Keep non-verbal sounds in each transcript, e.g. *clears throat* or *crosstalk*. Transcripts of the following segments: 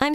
I'm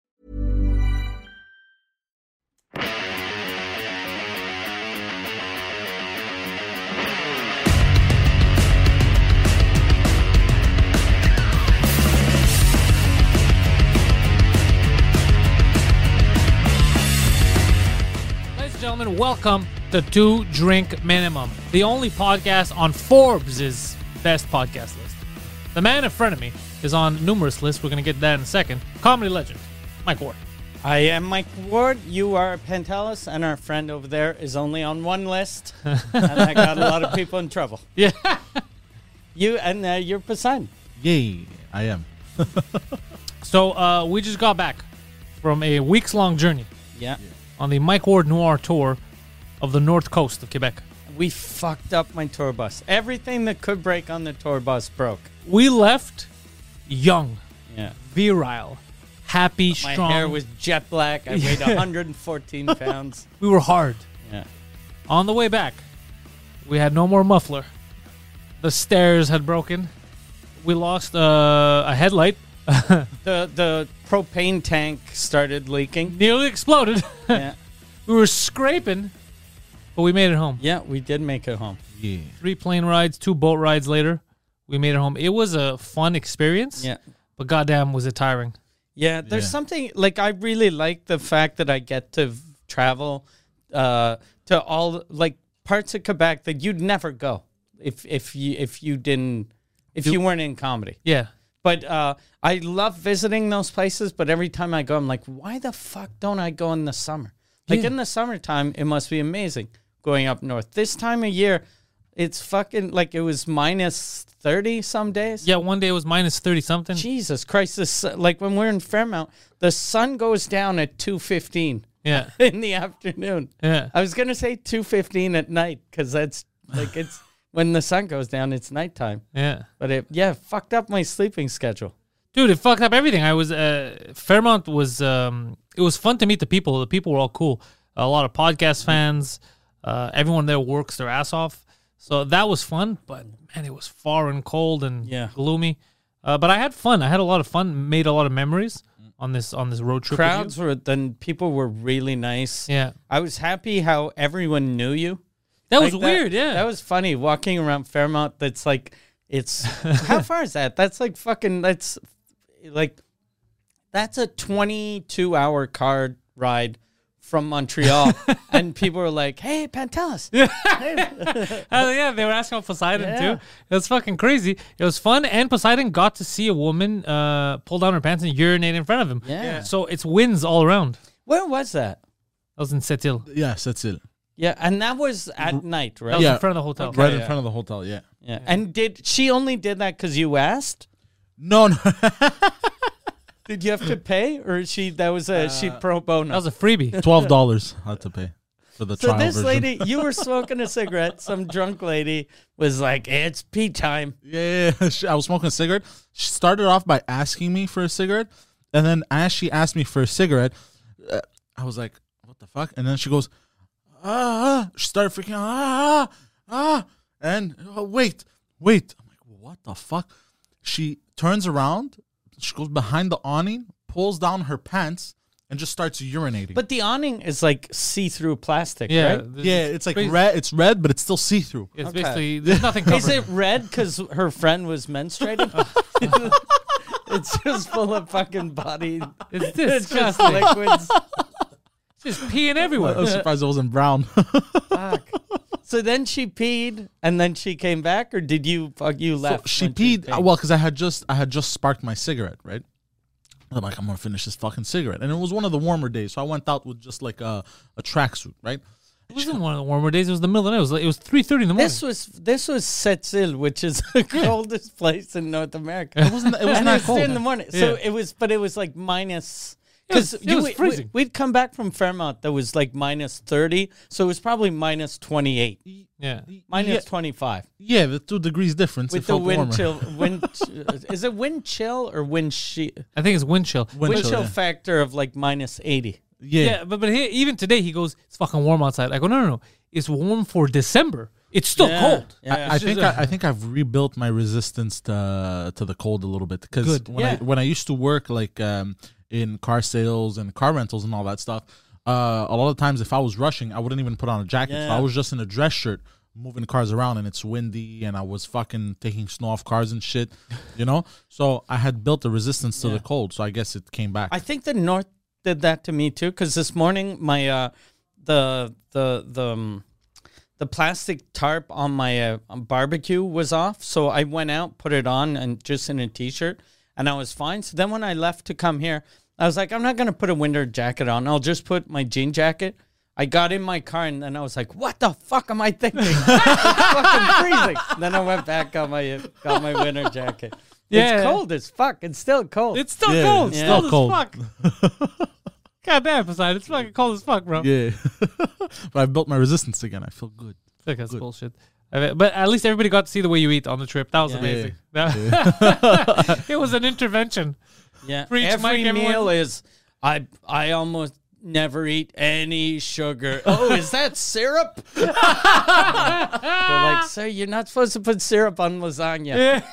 Ladies and gentlemen, welcome to Two Drink Minimum, the only podcast on Forbes' best podcast list. The man in front of me is on numerous lists. We're going to get to that in a second. Comedy legend, Mike Ward. I am Mike Ward. You are Pantelis, and our friend over there is only on one *laughs* list, and I got a lot of people in trouble. Yeah. You and uh, you're Poseidon. Yay, I am. So uh, we just got back from a weeks long journey Yeah. on the Mike Ward Noir tour of the north coast of Quebec. We fucked up my tour bus. Everything that could break on the tour bus broke. We left young, Yeah. virile, happy, My strong. hair was jet black. I *laughs* weighed 114 pounds. we were hard. Yeah. On the way back, we had no more muffler. The stairs had broken. We lost uh, a headlight. The the propane tank started *laughs* leaking. Nearly exploded. *laughs* Yeah. we were scraping, but we made it home. Yeah, we did make it home. Yeah. Three plane rides, two boat rides later, we made it home. It was a fun experience. Yeah. But goddamn, was it tiring. Yeah, there's Yeah. something like I really like the fact that I get to v- travel uh, to all like parts of Quebec that you'd never go if if you if you didn't if you weren't in comedy. Yeah. But uh, I love visiting those places. But every time I go, I'm like, why the fuck don't I go in the summer? Like Yeah. in the summertime, it must be amazing going up north. This time of year, it's fucking like it was minus thirty some days. Yeah, one day it was minus 30 something. Jesus Christ! The sun, like when we're in Fairmount, the sun goes down at two fifteen *laughs* Yeah. in the afternoon. Yeah. I was gonna say two fifteen at night because that's like it's *laughs* when the sun goes down, it's nighttime. Yeah. But it yeah fucked up my sleeping schedule. dude it fucked up everything i was uh fairmont was um it was fun to meet the people the people were all cool a lot of podcast fans uh everyone there works their ass off so that was fun but man it was far and cold and Yeah. gloomy uh, but i had fun i had a lot of fun made a lot of memories on this on this road trip with you. Mm. Crowds were then people were really nice. yeah I was happy how everyone knew you. that was Like weird yeah that was funny walking around Fairmount. That's like *laughs* it's how far is that? That's like fucking. That's like that's a twenty-two hour car ride from *laughs* Montreal, and people were like, "Hey, Pantelis, Oh yeah, they were asking about Poseidon Yeah. too. It was fucking crazy. It was fun, and Poseidon got to see a woman uh, pull down her pants and urinate in front of him. Yeah. Yeah. So it's wins all around. where was that?" That was in Setil. Yes, that's it. Yeah, and that was at night, That right? was Yeah. in front of the hotel. right in yeah. front of the hotel, yeah. Yeah. And did she only did that because you asked? No, no. Did you have to pay, or she that was a she pro bono? Uh, That was a *laughs* freebie. *laughs* Twelve dollars I had to pay for the So trial this version. lady, you were smoking a cigarette. Some drunk lady was like, "It's pee time." Yeah, *laughs* yeah, she- I was smoking a cigarette. She started off by asking me for a cigarette, and then as she asked me for a cigarette, uh, I was like, "What the fuck?" And then she goes, "Ah!" ah." She started freaking out, "Ah!" ah, ah." And oh, wait, wait. I'm like, "What the fuck?" She turns around. She goes behind the awning, pulls down her pants, and just starts urinating. But the awning is like see-through plastic, Yeah. right? this yeah, is it's like crazy. red. It's red, but it's still see through. It's Okay. basically there's *laughs* nothing covered. Is it red because her friend was menstruating? *laughs* it's just full of fucking body. *laughs* It's It's just disgusting. It's liquids. *laughs* just peeing I was everywhere. surprised it wasn't *laughs* brown. Fuck. So then she peed, and then she came back, or did you? Fuck, you left. *laughs* she when peed uh, well because I had just I had just sparked my cigarette, right? I'm like, I'm gonna finish this fucking cigarette, and it was one of the warmer days, so I went out with just like a a tracksuit, right? It wasn't one of the warmer days. It was the middle of the night. It was like, it was three thirty in the morning. This was this was Setzil, which is the coldest place in North America. It wasn't it wasn't and it that was cold. in the morning, so Yeah. it was, but it was like minus. Because it was freezing. We'd come back from Fairmont that was like minus 30, so it was probably minus 28, Yeah. minus yeah, 25. yeah, the two degrees difference. With the it felt wind warmer. chill, *laughs* wind is it wind chill or wind she, I think it's wind chill. Wind wind chill, chill, yeah. factor of like minus eighty? Yeah, Yeah, but but here, even today he goes, it's fucking warm outside. I go, no, no, no, it's warm for December. It's still Yeah. cold. Yeah. I, I think I, I think I've rebuilt my resistance to to the cold a little bit because Good. when I Yeah. when I used to work like um, in car sales and car rentals and all that stuff, uh, a lot of times if I was rushing, I wouldn't even put on a jacket. So I Yeah. was just in a dress shirt moving cars around and it's windy and I was fucking taking snow off cars and shit, *laughs* you know. So I had built a resistance to the cold. So I guess it came back. I think the North did that to me too. Because this morning, my uh, the the the um, the plastic tarp on my uh, barbecue was off, so I went out, put it on, and just in a t-shirt, and I was fine. So then when I left to come here, I was like, I'm not gonna put a winter jacket on. I'll just put my jean jacket. I got in my car and then I was like, "What the fuck am I thinking? *laughs* It's fucking freezing." Then I went back got my got my winter jacket. Yeah. It's cold as fuck. It's still cold. It's still Yeah, cold. it's It's still cold, cold. as fuck. *laughs* God damn, Poseidon, it's fucking cold as fuck, bro. yeah, *laughs* but I built my resistance again. I feel good. Fuck, that's bullshit. I mean, But at least everybody got to see the way you eat on the trip. That was Yeah. amazing. That- *laughs* it was an intervention. Yeah. Preach, Every Mike, everyone. meal is I I almost never eat any sugar. *laughs* Oh, is that syrup? *laughs* They're like, sir, you're not supposed to put syrup on lasagna.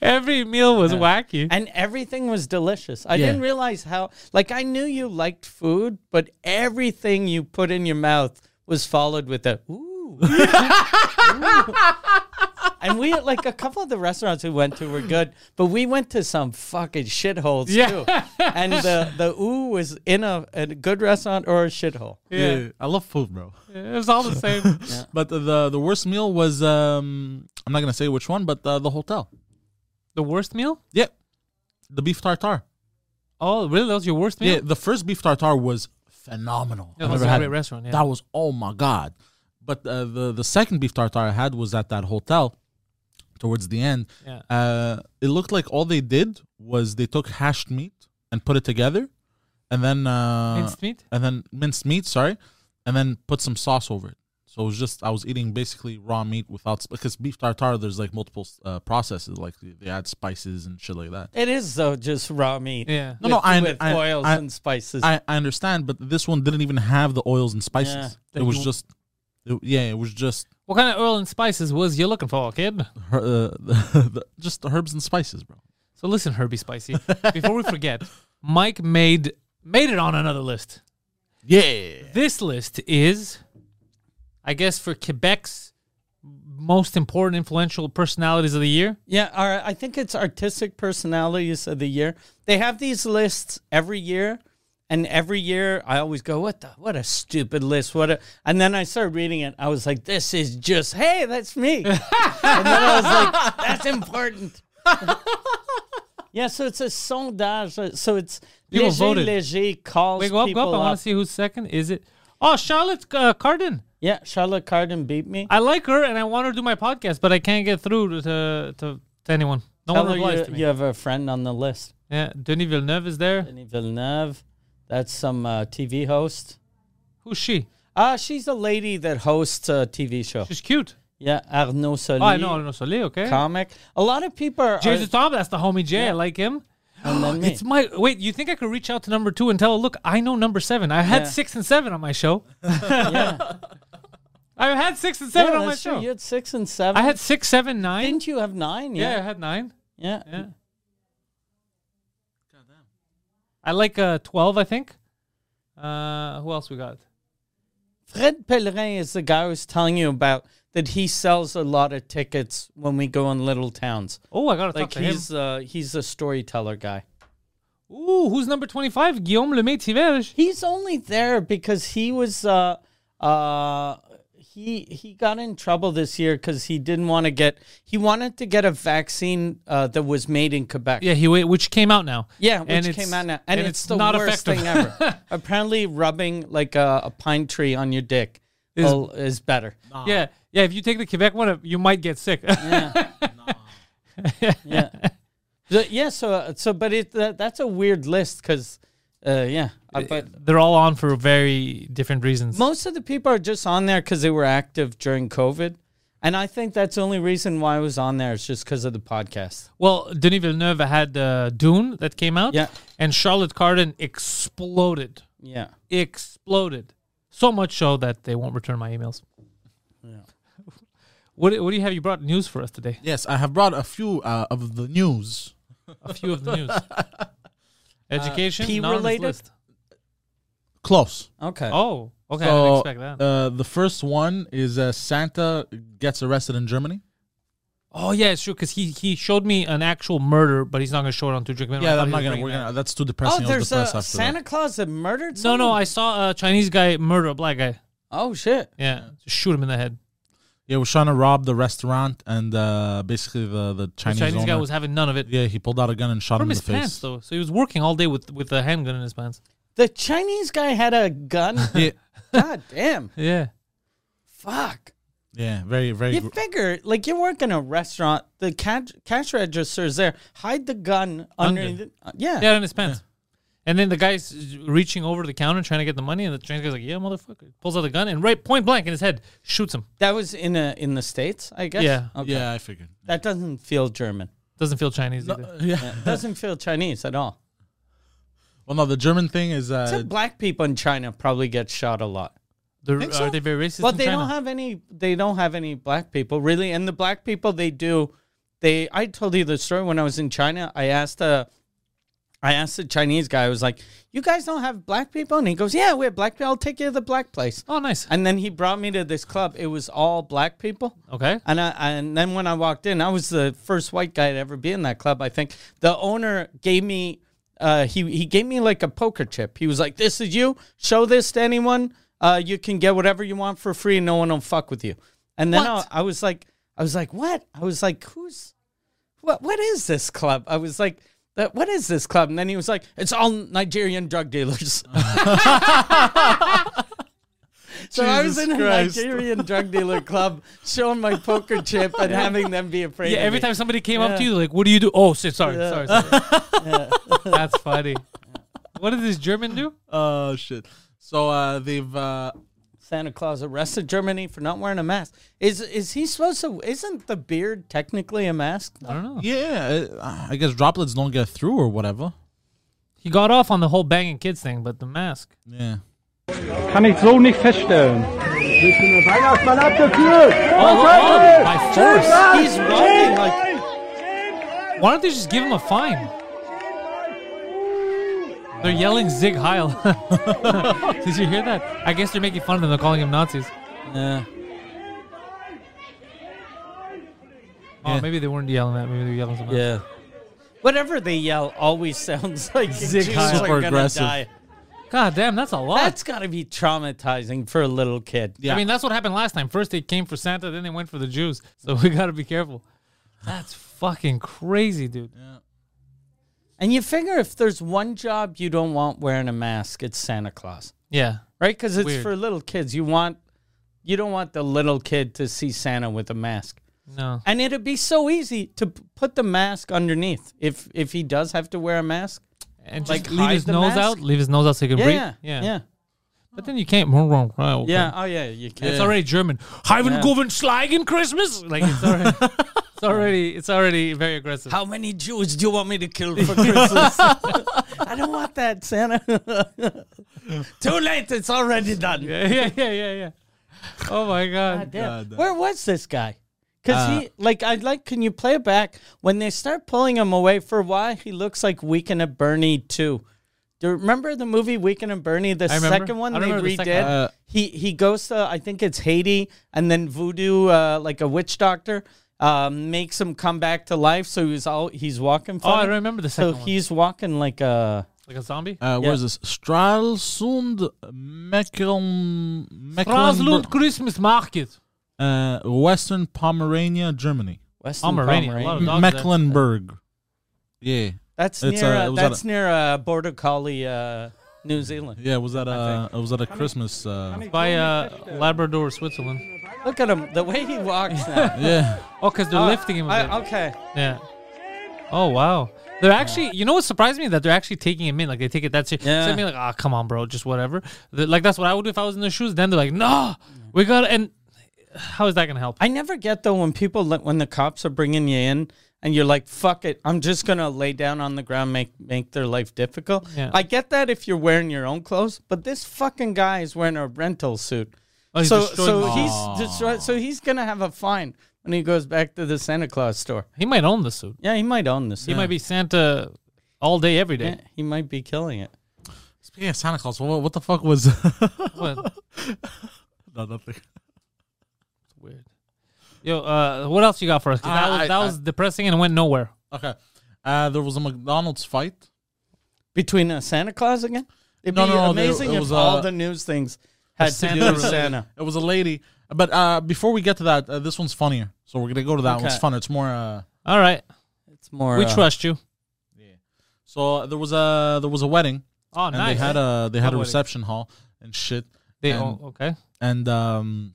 Every meal was wacky. And everything was delicious. I Yeah. didn't realize how like I knew you liked food, but everything you put in your mouth was followed with a ooh. *laughs* Ooh. And we had like a couple of the restaurants we went to were good, but we went to some fucking shitholes Yeah. too. And the, the ooh was in a, a good restaurant or a shithole. Yeah. I love food, bro. It was *laughs* all the same. But the, the the worst meal was um I'm not gonna say which one, but uh, the, the hotel. the worst meal? Yeah, the beef tartare. Oh, really? That was your worst meal? Yeah, the first beef tartare was phenomenal. Yeah, I've that was never a had great it. restaurant, yeah. That was oh my god. But uh, the the second beef tartare I had was at that hotel. Towards the end, Yeah. uh, it looked like all they did was they took hashed meat and put it together, and then uh, Minced meat? and then minced meat, sorry, and then put some sauce over it. So it was just I was eating basically raw meat without because beef tartare there's like multiple uh, processes like they they add spices and shit like that. It is though just raw meat. Yeah. No, no, with- I- with I- oils I- and spices. I, I understand, but this one didn't even have the oils and spices. Yeah. it Then was you- just, it- yeah, it was just What kind of oil and spices was you looking for, kid? her, uh, *laughs* the, just the herbs and spices, bro. So listen, Herbie Spicy. *laughs* Before we forget, Mike made made it on another list. Yeah, This list is, I guess, for Quebec's most important influential personalities of the year. Yeah, our, I think it's artistic personalities of the year. They have these lists every year, and every year I always go, "What the? What a stupid list! What a!" And then I started reading it. I was like, "This is just hey, that's *laughs* me." and then I was like, "That's important." *laughs* yeah, so it's a sondage. uh, So it's People Léger, voted. Léger calls Wait, go up, go people up. I want up. to see who's second. Is it? Oh, Charlotte uh, Cardin. Yeah, Charlotte Cardin beat me. I like her, and I want her to do my podcast, but I can't get through to to, to anyone. No Tell one her replies you, to me. you have a friend on the list. Yeah, Denis Villeneuve is there. Denis Villeneuve. That's some uh, TV host. Who's she? Uh, she's a lady that hosts a TV show. She's cute. Yeah, Arnaud Soli, Oh, I know, I know Soleil. Okay. comic. A lot of people are, Jason Tom, that's the homie Jay. I like him. *laughs* and then me. It's my wait. You think I could reach out to number two and tell her, look, I know number seven. I had Yeah. six and seven on my show. *laughs* yeah. I had six and seven Yeah, on my that's true. show. You had six and seven. I had six, seven, nine. Didn't you have nine? Yeah, I Yeah. had nine. Yeah. Yeah. I like uh, twelve. I think. Uh, who else we got? Fred Pellerin is the guy I was telling you about that he sells a lot of tickets when we go in little towns. Oh, I gotta Like talk to him. he's uh, he's a storyteller guy. Ooh, who's number twenty-five? Guillaume Lemaitre. He's only there because he was uh uh he he got in trouble this year because he didn't want to get he wanted to get a vaccine uh, that was made in Quebec. Yeah, he wa- which came out now. Yeah, which And it's- came out now, and, it's, the not worst effective. thing ever. Apparently, rubbing like a, a pine tree on your dick Is- will- is better. *laughs* yeah, *laughs* yeah. If you take the Quebec one, you might get sick. Yeah. The- yeah, so uh, so, but it that, that's a weird list because, uh, yeah, uh, but They're all on for very different reasons. most of the people are just on there because they were active during COVID, and I think that's the only reason why I was on there is just because of the podcast. Well, Denis Villeneuve had uh, Dune that came out, Yeah. and Charlotte Cardin exploded, Yeah, exploded, so much so that they won't return my emails. What, do- what do you have? You brought news for us today. Yes, I have brought a few uh, of the news. A few of the *laughs* news. Uh, Education, pee not on this related? list. Close. okay. Oh, okay. I So, didn't expect that. Uh, the first one is uh, Santa gets arrested in Germany. oh yeah, it's true because he he showed me an actual murder, but he's not going to show it on two drink minimum. I Yeah, thought I'm he not was gonna. bringing We're that. uh, gonna. That's too Oh, depressing. I was there's a depressed after Santa Claus that murdered. No, Someone? no, I saw a Chinese guy murder a black guy. Oh shit. Yeah, just shoot him in the head. that. Yeah, we're trying to rob the restaurant, and uh, basically the the The Chinese, Chinese, guy owner- was having none of it. Yeah, he pulled out a gun and shot From him in his the face. pants, though. So he was working all day with with a handgun in his pants. The Chinese guy had a gun. Yeah, God damn. Yeah. Fuck. yeah, very, very. You gr- figure, like, you work in a restaurant, the cash, cash register is there. Hide the gun Under. underneath. it. Uh, yeah. Yeah, in his pants. And then the guy's reaching over the counter trying to get the money, and the Chinese guy's like, "Yeah, motherfucker!" Pulls out the gun and right point blank in his head shoots him. That was in a, in the States, I guess. Yeah. Okay. Yeah, I *laughs* figured. That doesn't feel German. Doesn't feel Chinese either. Yeah. Doesn't feel Chinese at all. Well, no, the German thing is. Uh, Except black people in China probably get shot a lot. They're- think Are so? they very racist? Well, in they China? don't have any. They don't have any black people really, and the black people they do. They. I told you the story when I was in China. I asked a, I asked the Chinese guy. I was like, "You guys don't have black people?" And he goes, "Yeah, we have black people. I'll take you to the black place." Oh, nice. And then he brought me to this club. It was all black people. Okay. And I, and then when I walked in, I was the first white guy to ever be in that club. I think the owner gave me, uh, he he gave me like a poker chip. He was like, "This is you. Show this to anyone. Uh, you can get whatever you want for free. No one will fuck with you." And then I, What? I was like, I was like, "What?" I was like, "Who's, what? What is this club?" I was like. That, what is this club? And then he was like, "It's all Nigerian drug dealers." *laughs* So I was Jesus in a Christ. Nigerian drug dealer club showing my poker chip and having them be afraid. Yeah, of every me. time somebody came up to you, like, what do you do? Oh, shit, sorry, sorry, sorry. That's funny. What did this German do? oh shit. So uh, they've. Uh, Santa Claus arrested Germany for not wearing a mask. Is is he supposed to? Isn't the beard technically a mask? I don't know. yeah, uh, I guess droplets don't get through or whatever. He got off on the whole banging kids thing, but the mask. Yeah. Kann ich so nicht feststellen. Weihnachtsmann ab dafür! Oh, By force. He's walking like Why don't they just give him a fine? They're yelling Zig Heil. *laughs* Did you hear that? I guess they're making fun of them. They're calling him Nazis. Yeah. Oh, Yeah. maybe they weren't yelling that. Maybe they were yelling something else. yeah. Whatever they yell always *laughs* sounds like Zig Jews Heil. are Super gonna aggressive. die. God damn, that's a lot. That's got to be traumatizing for a little kid. Yeah. I mean, that's what happened last time. First they came for Santa, then they went for the Jews. So *laughs* we got to be careful. That's fucking crazy, dude. And you figure if there's one job you don't want wearing a mask, it's Santa Claus. Yeah. right? Because it's Weird. for little kids. You want you don't want the little kid to see Santa with a mask. No. And it'd be so easy to p- put the mask underneath if if he does have to wear a mask. And Like, just leave his hide the nose mask? out. Leave his nose out so he can Yeah, breathe. yeah, yeah, yeah. But then you can't. Yeah. Oh yeah, you can. It's already German. Haben Yeah. Goven Schlagen Christmas. Like it's already, *laughs* it's already, it's already very aggressive. How many Jews do you want me to kill for Christmas? *laughs* I don't want that, Santa. *laughs* Too late. It's already done. yeah, yeah, yeah, yeah, yeah. Oh my God god. damn. God. Where was this guy? Because Uh, he, like, I'd like, can you play it back? When they start pulling him away for why he looks like Weekend at Bernie 2. Do you remember the movie Weekend at Bernie? The I remember. second one I they remember the redid? second one. Uh, he, he goes to, I think it's Haiti, and then voodoo, uh, like a witch doctor, um, makes him come back to life. So he's all, he's walking. Oh, I funny. remember the So second one. he's walking like a. Like a zombie. Uh, Where's this? Stralsund, Mecklen, Raslund Mecklenburg, Christmas Market. uh, Western Pomerania, Germany. Western Pomeranian, a lot Pomeranian. of dogs there. Mecklenburg. Yeah, That's It's, near. uh, uh, it was at that's a- near uh, border collie, uh, New Zealand. yeah. It was at a it was at a Christmas. Uh, By uh, Labrador, Switzerland. Look at him. The way he walks now. yeah, Oh, because they're Oh, lifting him a I- bit. okay. Yeah. Oh wow. They're actually, you know what surprised me that they're actually taking him in. Like they take it that serious. Yeah. So I mean, like, ah, come on, bro, just whatever. They're- like that's what I would do if I was in their shoes. Then they're like, nah, we gotta. And how is that gonna help? I never get though when people let- when the cops are bringing you in and you're like fuck it I'm just gonna lay down on the ground make make their life difficult. Yeah. I get that if you're wearing your own clothes, but this fucking guy is wearing a rental suit, Oh, he's so destroying so the- he's destroy- so he's gonna have a fine when he goes back to the Santa Claus store. He might own the suit. Yeah, he might own this. He might be Santa all day, every day. he might be killing it. Speaking of Santa Claus, what, what the fuck was? *laughs* What? no, nothing. Weird. Yo, uh, what else you got for us? 'Cause that Uh, was, I- that I- was depressing and went nowhere. Okay, uh, there was a McDonald's fight. Between uh, Santa Claus again? It'd No, be no, no, there- amazing it if was, all uh, the news things had to do with Santa-related. Santa. It was a lady. But uh, before we get to that, uh, this one's funnier. So we're gonna go to that one. It's Okay. funner. It's more. Uh, All right, It's more. we uh, trust you. so there was a there was a wedding. Oh, and nice. they had a they had Love a weddings. reception hall and shit. They- and, oh, okay. and um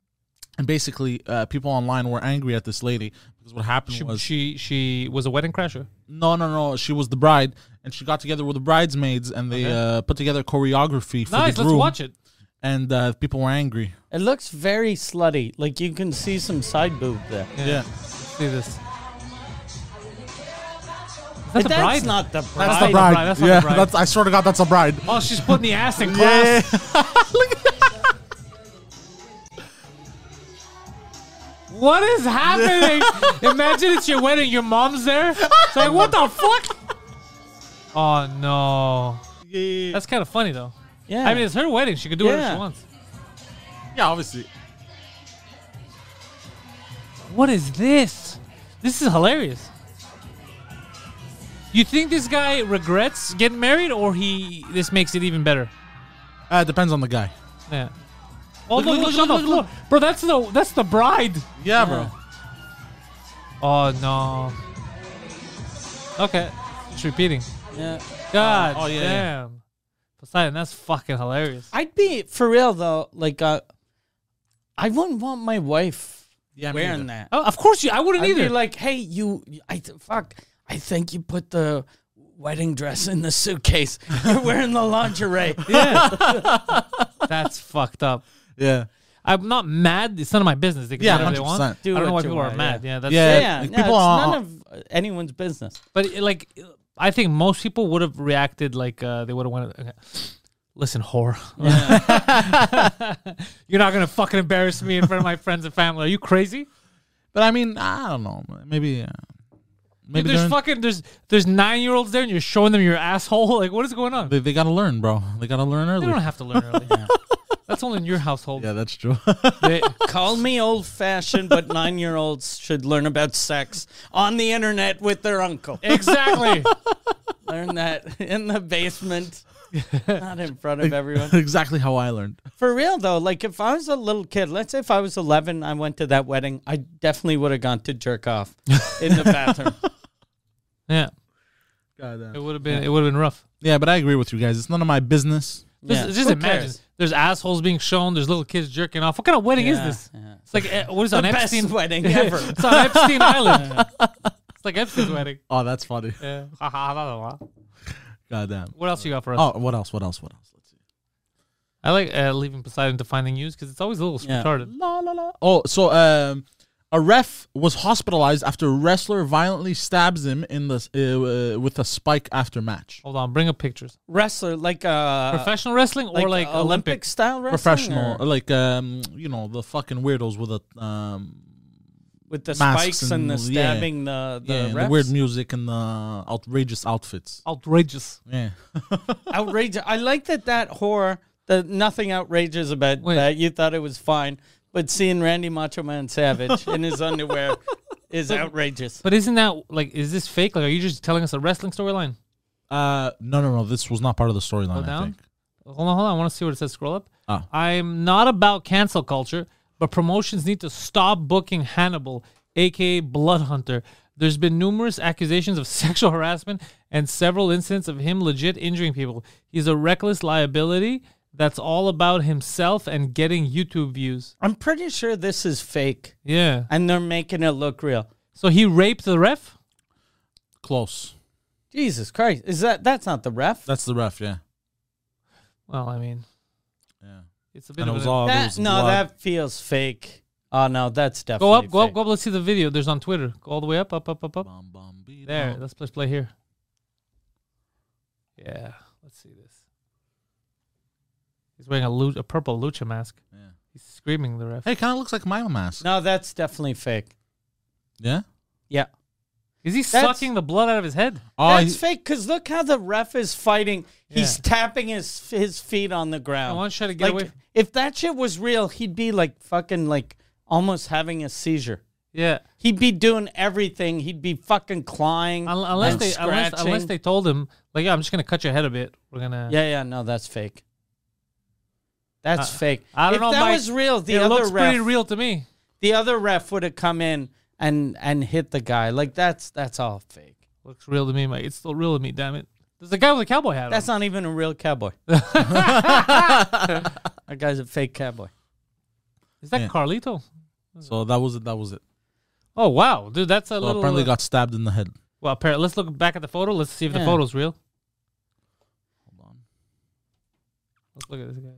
and basically uh, people online were angry at this lady because what happened She, was she she was a wedding crasher. no no no she was the bride and she got together with the bridesmaids and they uh, put together choreography for Nice. Let's the groom watch it. and uh, people were angry. It looks very slutty. Like you can see some side boob there. Yeah. See this. Is that the that's bride? not the bride. That's the bride. That's not yeah, the bride. that's I swear to God, that's a bride. oh, she's putting the ass in class. What is happening? Imagine it's your wedding. Your mom's there. It's like, what the fuck? *laughs* Oh no. yeah, That's kind of funny though. Yeah. I mean, it's her wedding. She could do whatever Yeah. she wants. yeah, obviously. What is this? This is hilarious. You think this guy regrets getting married, or he? This makes it even better. Uh, it depends on the guy. Yeah. Oh look! Look, Look! Look! look, on look, the look, floor. look. Bro, that's the that's the bride. Yeah, bro. Oh no. Okay, it's repeating. yeah. God Oh, yeah, yeah. damn. Poseidon, that's fucking hilarious. I'd be for real though. Like uh, I wouldn't want my wife Yeah, me wearing neither. that. Oh, of course you. I wouldn't I'd either. be like, hey, you. I th- fuck. I think you put the wedding dress in the suitcase. *laughs* You're wearing the *laughs* lingerie. that's fucked up. Yeah, I'm not mad. It's none of my business. They can Yeah, do whatever they want. 100%. I Do don't know what why you people want, are yeah. mad. Yeah, that's Yeah. yeah, like, no, people it's are- none of uh, anyone's business. But like, I think most people would have reacted like uh, they would have went. Okay. Listen, whore. *laughs* You're not gonna fucking embarrass me in front of my friends and family. Are you crazy? but I mean, I don't know. Maybe, uh, maybe there's they're- fucking there's there's nine year olds there, and you're showing them your asshole. *laughs* Like, what is going on? they, they gotta learn, bro. They gotta learn They early. don't have to learn *laughs* early. That's only in your household. yeah, that's true. *laughs* They- Call me old fashioned, but nine year olds should learn about sex on the internet with *laughs* their uncle. *laughs* exactly. learn that *laughs* in the basement, not in front of *laughs* everyone. exactly how I learned. For real though, like if I was a little kid, let's say if I was 11, I went to that wedding, I definitely would have gone to jerk off in *laughs* the bathroom. Yeah, it would have been it would have been rough. Yeah, but I agree with you guys. It's none of my business. Yeah. Just, just Who imagine. cares? There's assholes being shown. There's little kids jerking off. What kind of wedding Yeah, is this? yeah. It's like eh, what is it, on The best Epstein *laughs* *laughs* wedding ever. it's on *laughs* Epstein Island. It's like Epstein's wedding. Oh, that's funny. *laughs* Yeah. Ha, ha, la, la, la. Goddamn. what else you got for us? Oh, what else? What else? What else? Let's see. I like uh, leaving Poseidon to finding news because it's always a little Yeah. retarded. La la la. Oh, so um, a ref was hospitalized after a wrestler violently stabs him in the uh, with a spike after match. Hold on, bring up pictures. Wrestler, like uh, Professional wrestling or like Olympic, Olympics? style wrestling, Professional, or like um, you know, the fucking weirdos with a um, with the masks spikes and, the and- yeah. stabbing the the, yeah, and the refs? weird music and the outrageous outfits. Outrageous. Yeah, outrageous. I like that that horror, that nothing outrageous about Wait. that. You thought it was fine, but seeing Randy Macho Man Savage in his *laughs* underwear is outrageous. But isn't that like, is this fake? Like, are you just telling us a wrestling storyline? uh, no, no, no. This was not part of the storyline. I down? think. Hold on, hold on. I want to see what it says. Scroll up. Oh. I'm not about cancel culture, but promotions need to stop booking Hannibal, aka Blood Hunter. There's been numerous accusations of *laughs* sexual harassment and several incidents of him legit injuring people. He's a reckless liability that's all about himself and getting YouTube views. I'm pretty sure this is fake, Yeah. and they're making it look real. So he raped the ref? Close. Jesus Christ. Is that that's not the ref? That's the ref, yeah. Well, I mean, Yeah. it's a bit And it of was an- all That- there was no, blood. that feels fake. Oh no, that's definitely Go up, go up, fake. go up. Let's see the video. There's on Twitter. Go all the way up, up, up, up, up. Bum, bum, bee, There. bum. Let's let's play here. Yeah. Let's see this. He's wearing a, lu- a purple lucha mask. Yeah. He's screaming the ref. Hey, kind of looks like my mask. No, that's definitely fake. Yeah. Yeah. Is he That's- sucking the blood out of his head? Oh, that's he- fake because look how the ref is fighting. He's Yeah. tapping his his feet on the ground. I want to try to get Like, away. From- If that shit was real, he'd be like fucking like almost having a seizure. yeah. He'd be doing everything. He'd be fucking clawing. Un- unless and they unless, unless scratching. they told him like yeah, I'm just gonna cut your head a bit. We're gonna Yeah, yeah, no, that's fake. That's Uh, fake. I don't if know. that Mike. was real, the it other looks ref, pretty real to me. the other ref would have come in and and hit the guy. Like that's that's all fake. Looks real to me, Mike. It's still real to me. Damn it. There's a guy with a cowboy hat. That's on. not even a real *laughs* cowboy. *laughs* that guy's a fake cowboy. Is that Yeah. Carlito? so that was it. That was it. Oh wow, dude, that's a So little. apparently uh, got stabbed in the head. well, apparently, let's look back at the photo. Let's see if the Yeah. photo's real. Hold on. Let's look at this guy.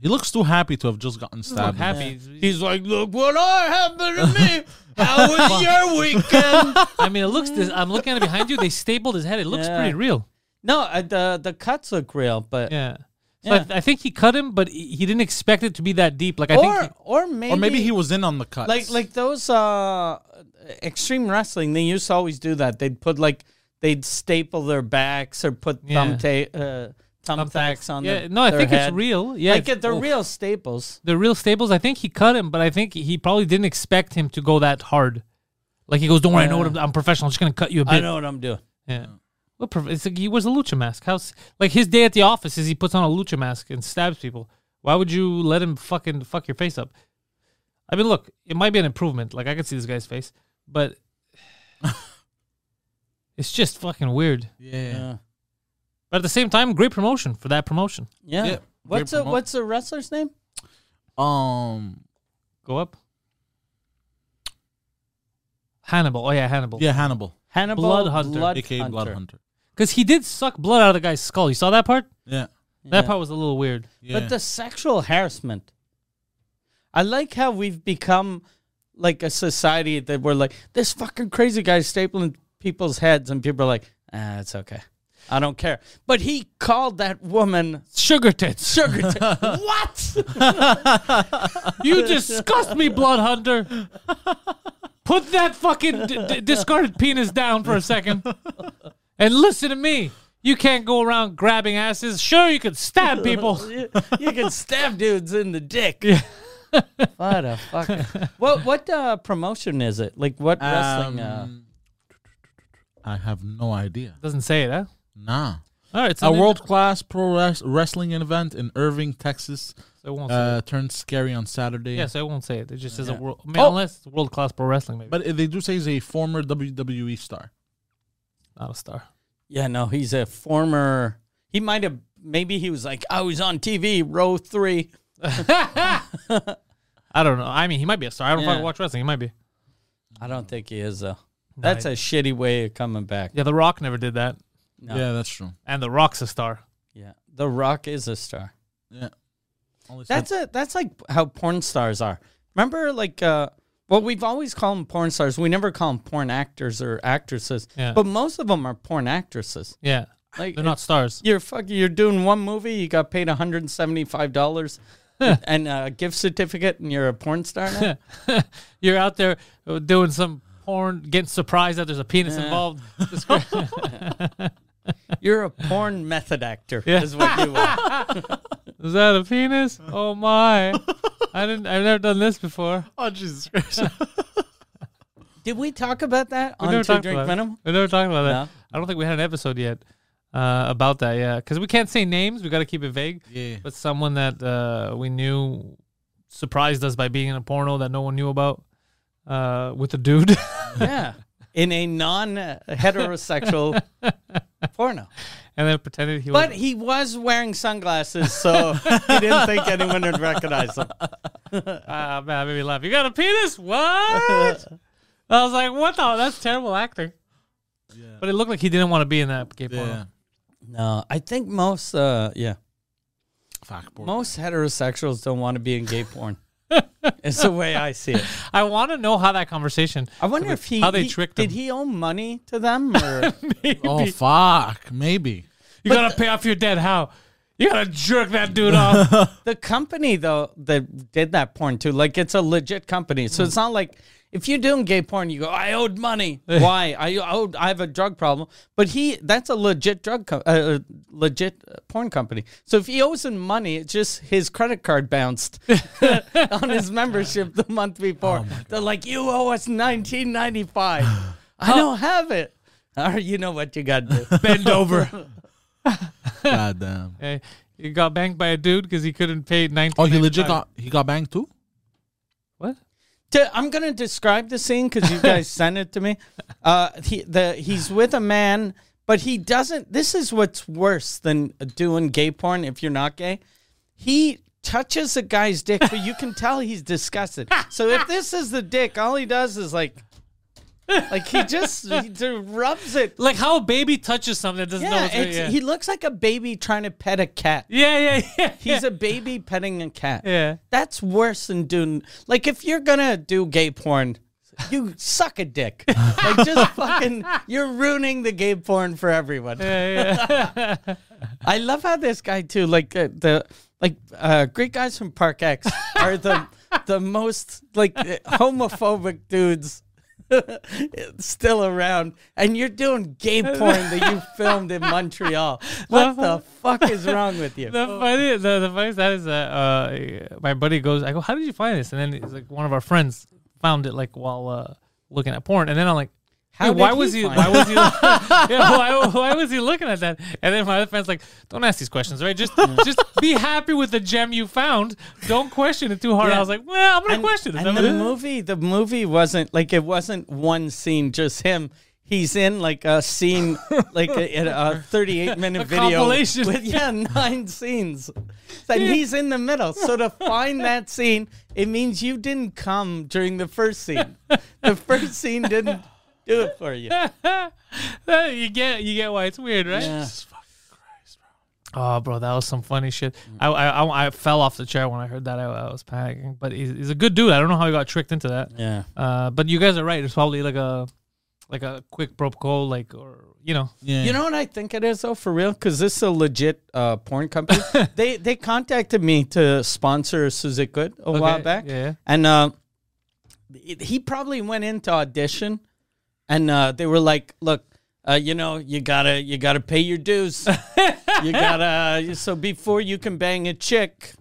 He looks too happy to have just gotten He's not stabbed. happy. He's- He's like, look what I happened to me. *laughs* How was your weekend? I mean, it looks. This, I'm looking at it behind you. They stapled his head. It looks Yeah. pretty real. *laughs* No, uh, the the cuts look real, but Yeah. So I, Yeah. th- I think he cut him, but he he didn't expect it to be that deep. Like I or think. or maybe Or maybe he was in on the cut. like like those uh extreme wrestling they used to always do that they'd put like they'd staple their backs or put Yeah. thumb ta- uh, thumbtacks Thumbtacks. on Yeah, their- no, I their think it's head. real. Yeah, like it's- they're oh. real staples the real staples. I think he cut him, but I think he probably didn't expect him to go that hard. Like he goes, "Don't worry, I know what I'm, I'm professional. I'm just gonna cut you a bit." i know what i'm doing Yeah. What prof- it's like he wears a lucha mask. How's like his day at the office is he puts on a lucha mask and stabs people. Why would you let him fucking fuck your face up? I mean, look, it might be an improvement. Like I could see this guy's face, but it's just fucking weird. yeah. Uh, yeah But at the same time, great promotion for that promotion. yeah, Yeah, what's great a promo- what's a wrestler's name Um. Go up. Hannibal. Oh yeah, Hannibal. Yeah, Hannibal. hannibal Bloodhunter. blood aka hunter. Blood Hunter. Because he did suck blood out of the guy's skull. You saw that part? Yeah. That Yeah. part was a little weird. yeah. But the sexual harassment. I like how we've become like a society that we're like, this fucking crazy guy stapling people's heads, and people are like, ah, it's okay. I don't care. But he called that woman Sugar tits. sugar. *laughs* T- what? You disgust me, blood hunter. Put that fucking d- d- discarded penis down for a second and listen to me. You can't go around grabbing asses. Sure, you can stab people. you, you can stab dudes in the dick. *laughs* what a fucking. What, what uh, promotion is it? Like, what wrestling? Uh, Um, I have no idea. Doesn't say it, huh? Nah. All right, it's A an- world class pro res- wrestling event in Irving, Texas, So I won't say uh, it. turned scary on Saturday. Yes, I won't say it. It just says a Yeah. world. Man, Oh! unless it's world class pro wrestling, maybe. But But they do say he's a former WWE star. not a star. Yeah, no, he's a former. He might have. Maybe he was like, I was on TV, row three. I don't know. I mean, he might be a star. I don't Yeah. fucking watch wrestling. He might be. I don't think he is though. That's a shitty way of coming back. Yeah, The Rock never did that. No. Yeah, that's true. And The Rock's a star. Yeah, The Rock is a star. Yeah. Only That's a that's like how porn stars are. Remember, like, uh, well, we've always called them porn stars. We never call them porn actors or actresses. Yeah. But most of them are porn actresses. Yeah. Like, They're not stars. You're fuck. You're doing one movie. You got paid *laughs* 175 dollars and a gift certificate, and you're a porn star now. *laughs* You're out there uh, doing some porn, getting surprised that there's a penis involved. You're a porn method actor, is what you are. *laughs* Is that a *laughs* penis? Oh my! I didn't. I've never done this before. oh, Jesus Christ. Did we talk about that We on never Two talked Drink about Venom? It. We never talked about that. No. I don't think we had an episode yet uh, about that. Yeah, because we can't say names. We got to keep it vague. Yeah. But someone that uh, we knew surprised us by being in a porno that no one knew about uh, with a dude. *laughs* Yeah. In a non *laughs* heterosexual porno. and then pretended he But was. he was wearing sunglasses, so he didn't think anyone would recognize him. Ah, man, that made me *laughs* laugh. You got a penis? What? I was like, what the? That's terrible acting. Yeah. But it looked like he didn't want to be in that gay porno. yeah. No, I think most, uh, yeah, Fuck, porn. most heterosexuals don't want to be in gay porn. *laughs* it's the way I see it. I want to know how that conversation. I wonder if he how they he- tricked Did him. he owe money to them? Or Oh fuck, maybe. You gotta pay off your debt. How? You gotta jerk that dude off. uh, the company though that did that porn too, like it's a legit company, so it's not like if you're doing gay porn, you go, I owed money. Why? I owed. I have a drug problem. But he, that's a legit drug, co- uh, uh, legit uh, porn company. So if he owes him money, it's just his credit card bounced *laughs* on his membership the month before. They're like, you owe us 1995. I don't have it. All right, you know what you got to do. *laughs* Bend over. God damn. Okay. He got banged by a dude because he couldn't pay nineteen. Oh, he legit got he got banged too. what? to, I'm gonna describe the scene because you *laughs* guys sent it to me. Uh, he the he's with a man, but he doesn't. This is what's worse than doing gay porn if you're not gay. He touches a guy's dick, but you can tell he's disgusted. So if this is the dick, all he does is like, like he just he d- rubs it. Like how a baby touches something that doesn't know. Yeah, What's going it's, he looks like a baby trying to pet a cat. yeah, yeah, yeah. He's a baby petting a cat. Yeah. That's worse than doing like if you're gonna do gay porn, you suck a dick. like just fucking you're ruining the gay porn for everyone. I love how this guy too, like uh, the like uh, great guys from Park X are the the most like uh, homophobic dudes *laughs* still around, and you're doing gay porn that you filmed in Montreal. What the fuck is wrong with you? Oh. The funny, the, the funny that is that uh, my buddy goes, I go, how did you find this? And then it's like one of our friends found it like while uh, looking at porn, and then I'm like. How "Hey, did why he was he? find Why it?" was he? *laughs* *laughs* yeah, why, why was he looking at that? And then my other friend's like, "Don't ask these questions, right? Just, just be happy with the gem you found. Don't question it too hard." Yeah. I was like, "Well, I'm gonna and, question it." and the movie, the movie wasn't like it wasn't one scene, just him. He's in like *laughs* a scene, like a, in a 38 minute A video compilation. with yeah *laughs* nine scenes, and he's in the middle. So to find that scene, it means you didn't come during the first scene. The first scene didn't do it *laughs* for you. you get, you get why it's weird, right? Oh, bro, that was some funny shit. I, I, I, I fell off the chair when I heard that. I, I was panicking, but he's, he's a good dude. I don't know how he got tricked into that. Yeah. Uh, but you guys are right. It's probably like a, like a quick probe call, like or you know, Yeah. You know what I think it is though, for real, because this is a legit uh, *laughs* porn company. they they contacted me to sponsor Suzy Good a while Okay, back, yeah. and uh, it- he probably went into audition, and uh, they were like, "Look, uh, you know, you gotta you gotta pay your dues. *laughs* you gotta so before you can bang a chick,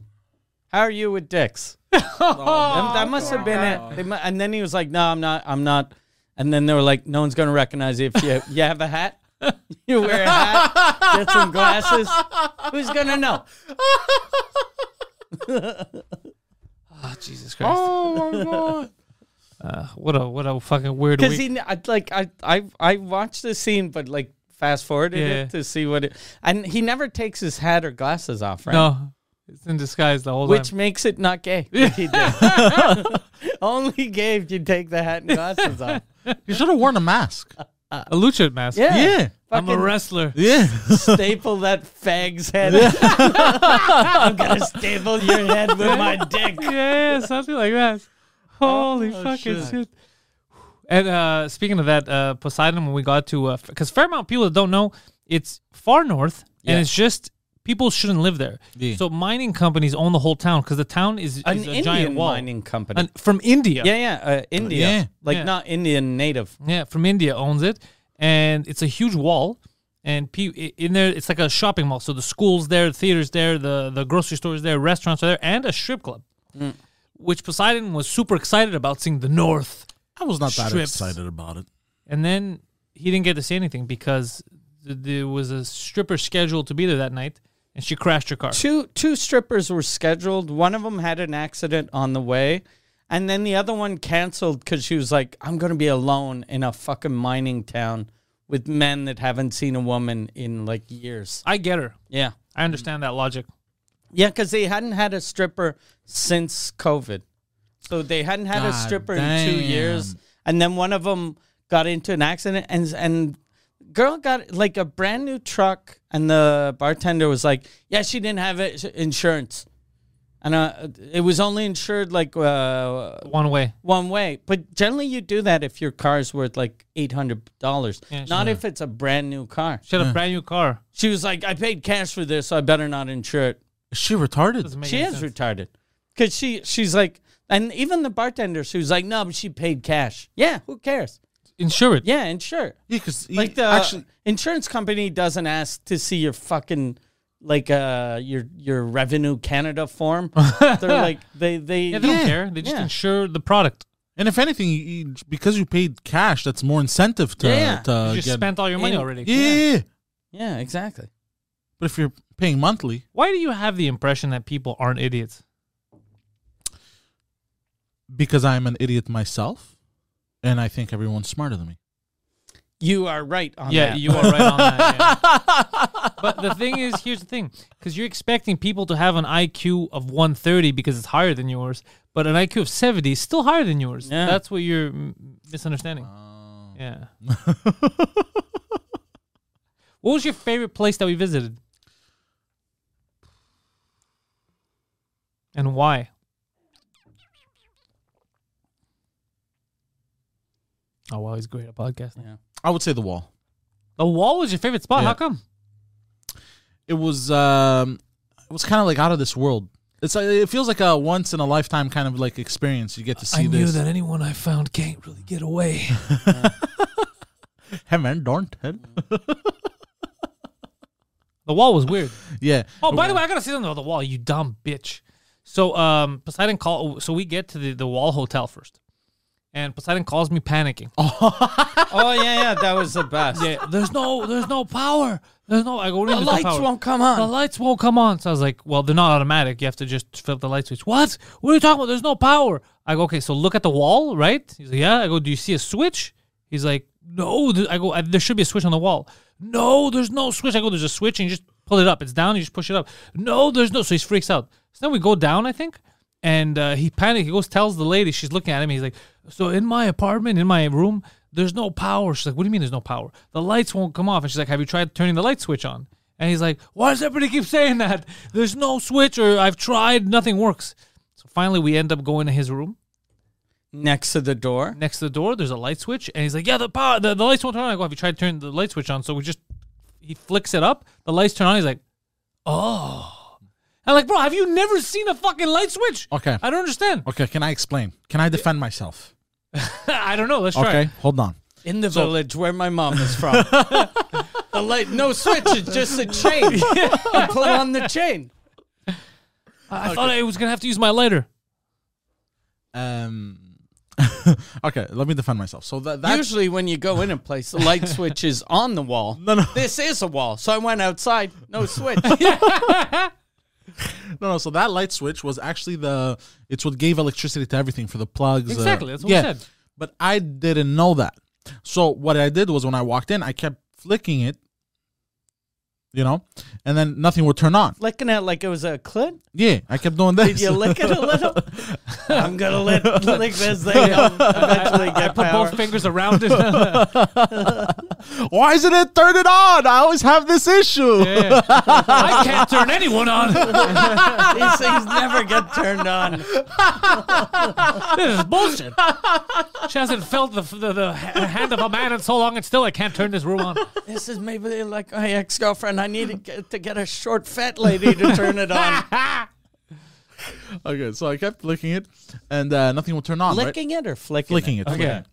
how are you *laughs* with dicks? Them- that must have been it. They mu- and then he was like, "No, I'm not. I'm not." And then they were like, "No one's gonna recognize you if you you have a hat. *laughs* You wear a hat, get some glasses. Who's gonna know?" oh, Jesus Christ. Oh my god. *laughs* Uh, what a what a fucking weird Because week. he I, like I I I watched the scene, but like fast forwarded Yeah. it to see what it. And he never takes his hat or glasses off, right? no, it's in disguise the whole Which time. makes it not gay. if he did. *laughs* Only gay if you take the hat and glasses off. You should have worn a mask. A lucha mask. *laughs* Yeah. Yeah. I'm a Fucking- wrestler. Yeah. staple that fag's head. *laughs* I'm gonna staple your head with *laughs* my dick. yeah, yeah, something like that. Oh, Holy fucking shit. And uh, speaking of that, uh, Poseidon, when we got to, because Fairmount, people that don't know, it's far north, and it's just people shouldn't live there. Yeah. So mining companies own the whole town because the town is, is An a Indian giant wall. mining company. And from India. yeah, yeah, uh, India. Yeah. Like Yeah. not Indian native. Yeah, from India owns it, and it's a huge wall. And pe- i- in there, it's like a shopping mall. So the schools there, the theaters there, the the grocery stores there, restaurants are there, and a strip club, which Poseidon was super excited about seeing the North. *laughs* I was not that Strips. excited about it. And then he didn't get to say anything because th- there was a stripper scheduled to be there that night, and she crashed her car. Two two strippers were scheduled. One of them had an accident on the way, and then the other one canceled because she was like, "I'm gonna be alone in a fucking mining town with men that haven't seen a woman in like years." I get her. Yeah, I understand that logic. yeah, because they hadn't had a stripper since COVID. So they hadn't had a God stripper in two damn. years, and then one of them got into an accident, and and girl got like a brand new truck, and the bartender was like, "Yeah, she didn't have it, insurance, and uh, it was only insured like uh, One way. one way." But generally, you do that if your car's worth like eight hundred dollars, Yeah, not if it's a brand new car. She had a brand new car. She was like, "I paid cash for this, so I better not insure it." Is she retarded? Doesn't make she any is sense. retarded because she she's like and even the bartender she was like no but she paid cash yeah who cares Insure it. yeah and sure Yeah, because like the actually, insurance company doesn't ask to see your fucking like uh your your revenue canada *laughs* form they're like they they Yeah, they don't care. They just Yeah. insure the product. and if anything, you, you- because you paid cash, that's more incentive to Yeah, yeah. to you just Uh, get. spent all your money In- already. yeah, yeah, yeah. yeah exactly but if you're paying monthly, Why do you have the impression that people aren't idiots? because I'm an idiot myself, and I think everyone's smarter than me. you are right on yeah, that. you are right on that. *laughs* yeah. but the thing is, here's the thing: because you're expecting people to have an IQ of 130 because it's higher than yours, but an IQ of 70 is still higher than yours. Yeah. That's what you're m- misunderstanding. *laughs* Yeah. what was your favorite place that we visited? And why? Oh wow, he's great at podcasting. I would say the wall. The wall was your favorite spot. Yeah. How come? It was um, it was kind of like out of this world. It's like, it feels like a once in a lifetime kind of like experience. You get to see this. anyone I found can't really get away. Hey man, don't head. *laughs* the wall was weird. yeah. Oh, by the way, I gotta say something about the wall. You dumb bitch. So, um, Poseidon call. So we get to the, the wall hotel first, and Poseidon calls me panicking. *laughs* oh yeah yeah that was the best Yeah, *laughs* there's no, there's no power. There's no. I go. the lights won't come on The lights won't come on. So I was like, well, they're not automatic. You have to just flip the light switch. What? What are you talking about? There's no power. I go, okay, so look at the wall, right? He's like, yeah. I go, do you see a switch? He's like, no. Th- I go, "Uh, there should be a switch on the wall. No, there's no switch. I go, there's a switch and you just pull it up. It's down. You just push it up. No, there's no. So he freaks out. So then we go down, I think. And uh, he panics. He goes, tells the lady, she's looking at him. He's like, So in my apartment, in my room, there's no power. She's like, What do you mean there's no power? The lights won't come off. And she's like, Have you tried turning the light switch on? And he's like, Why does everybody keep saying that? There's no switch, or I've tried, nothing works. So finally, we end up going to his room. next to the door Next to the door, there's a light switch. And he's like, Yeah, the power, the, the lights won't turn on. I go, Have you tried turning the light switch on? So we just, he flicks it up. The lights turn on. He's like, Oh. I'm like, Bro, have you never seen a fucking light switch? Okay. I don't understand. Okay, can I explain? Can I defend myself? *laughs* I don't know. Let's try. Okay, hold on. in the village where my mom is *laughs* from. the light, no switch, it's just a *laughs* chain. I pull on the chain. I thought I was gonna have to use my lighter. Um, *laughs* okay, let me defend myself. So that that's Usually, when you go in a place, the light switch is on the wall. No, no. This is a wall, so I went outside. No switch. no, no. So that light switch was actually the it's what gave electricity to everything for the plugs. uh, Exactly, that's what we yeah, said. But I didn't know that. So what I did was when I walked in, I kept flicking it, you know, and then nothing would turn on. *laughs* Licking it like it was a clit. Yeah, I kept doing this. Did *laughs* you lick it a little? I'm gonna *laughs* lick, lick this thing. I'll eventually I get put power. *laughs* both fingers around it. *laughs* yeah. Why isn't it turning on? I always have this issue. I can't turn anyone on. *laughs* These things never get turned on. This is bullshit. She hasn't felt the, the the ha- hand of a man in so long, and still I can't turn this room on. This is maybe like my ex girlfriend. I need to get, to get a short, fat lady to turn it on. *laughs* Okay, so I kept flicking it, and uh, nothing would turn on. *laughs* right? Licking it or flicking? flicking it. flicking it.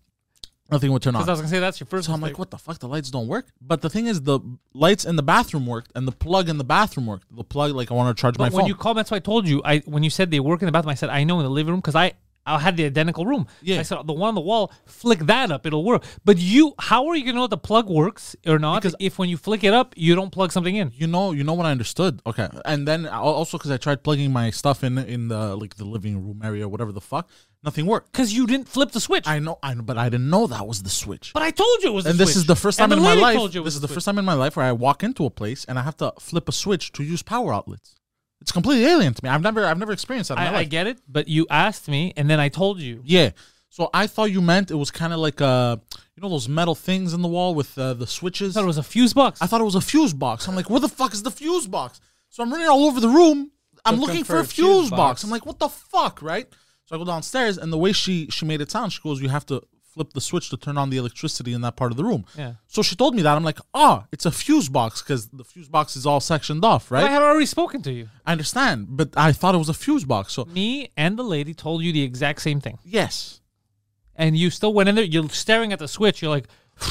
Nothing would turn on. Because I was gonna say that's your first. So I'm mistake. like, what the fuck? The lights don't work. But the thing is, the lights in the bathroom worked, and the plug in the bathroom worked. The plug, like, I want to charge my But when phone. you called, that's why I told you. I when you said they work in the bathroom, I said I know in the living room because I I had the identical room. Yeah. I said the one on the wall, flick that up, it'll work. But you, how are you gonna know if the plug works or not? if when you flick it up, you don't plug something in. you know, you know what I understood. Okay, and then I- also because I tried plugging my stuff in in the like the living room area, whatever the fuck, nothing worked. Because you didn't flip the switch. I know, I know, but I didn't know that was the switch. But I told you it was. and the this switch. is the first And time in the my lady life. told you it was This is the the switch. first time in my life where I walk into a place and I have to flip a switch to use power outlets. It's completely alien to me. I've never, I've never experienced that. In my I, I life. get it, but you asked me, and then I told you. Yeah. So I thought you meant it was kind of like uh, you know those metal things in the wall with uh, the switches. thought it was a fuse box. I thought it was a fuse box. I'm like, where the fuck is the fuse box? So I'm running all over the room. I'm looking, for, a fuse, box. I'm like, what the fuck, right? So I go downstairs, and the way she she made it sound, she goes, you have to flip the switch to turn on the electricity in that part of the room. Yeah. So she told me that. I'm like, oh, it's a fuse box because the fuse box is all sectioned off, I right? had already spoken to you. I understand, but I thought it was a fuse box. So Me and the lady told you the exact same thing, yes, and you still went in there. You're staring at the switch. You're like, I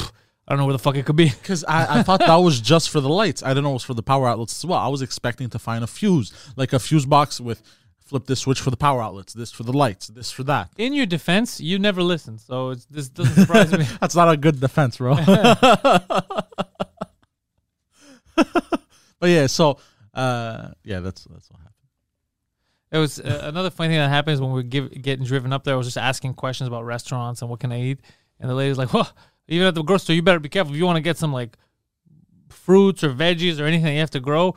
don't know where the fuck it could be. *laughs* because I, I thought that was just for the lights. I didn't know it was for the power outlets as well. I was expecting to find a fuse, like a fuse box with flip this switch for the power outlets, this for the lights, this for that. *laughs* In your defense, you never listened, so it's, this doesn't surprise *laughs* me. That's not a good defense, bro. *laughs* but yeah, so uh, yeah, that's that's what happened. It was uh, another funny thing that happens when we're give, getting driven up there. I was just asking questions about restaurants and what can I eat, and the lady's like, "Well, even at the grocery store, you better be careful if you want to get some like fruits or veggies or anything you have to grow.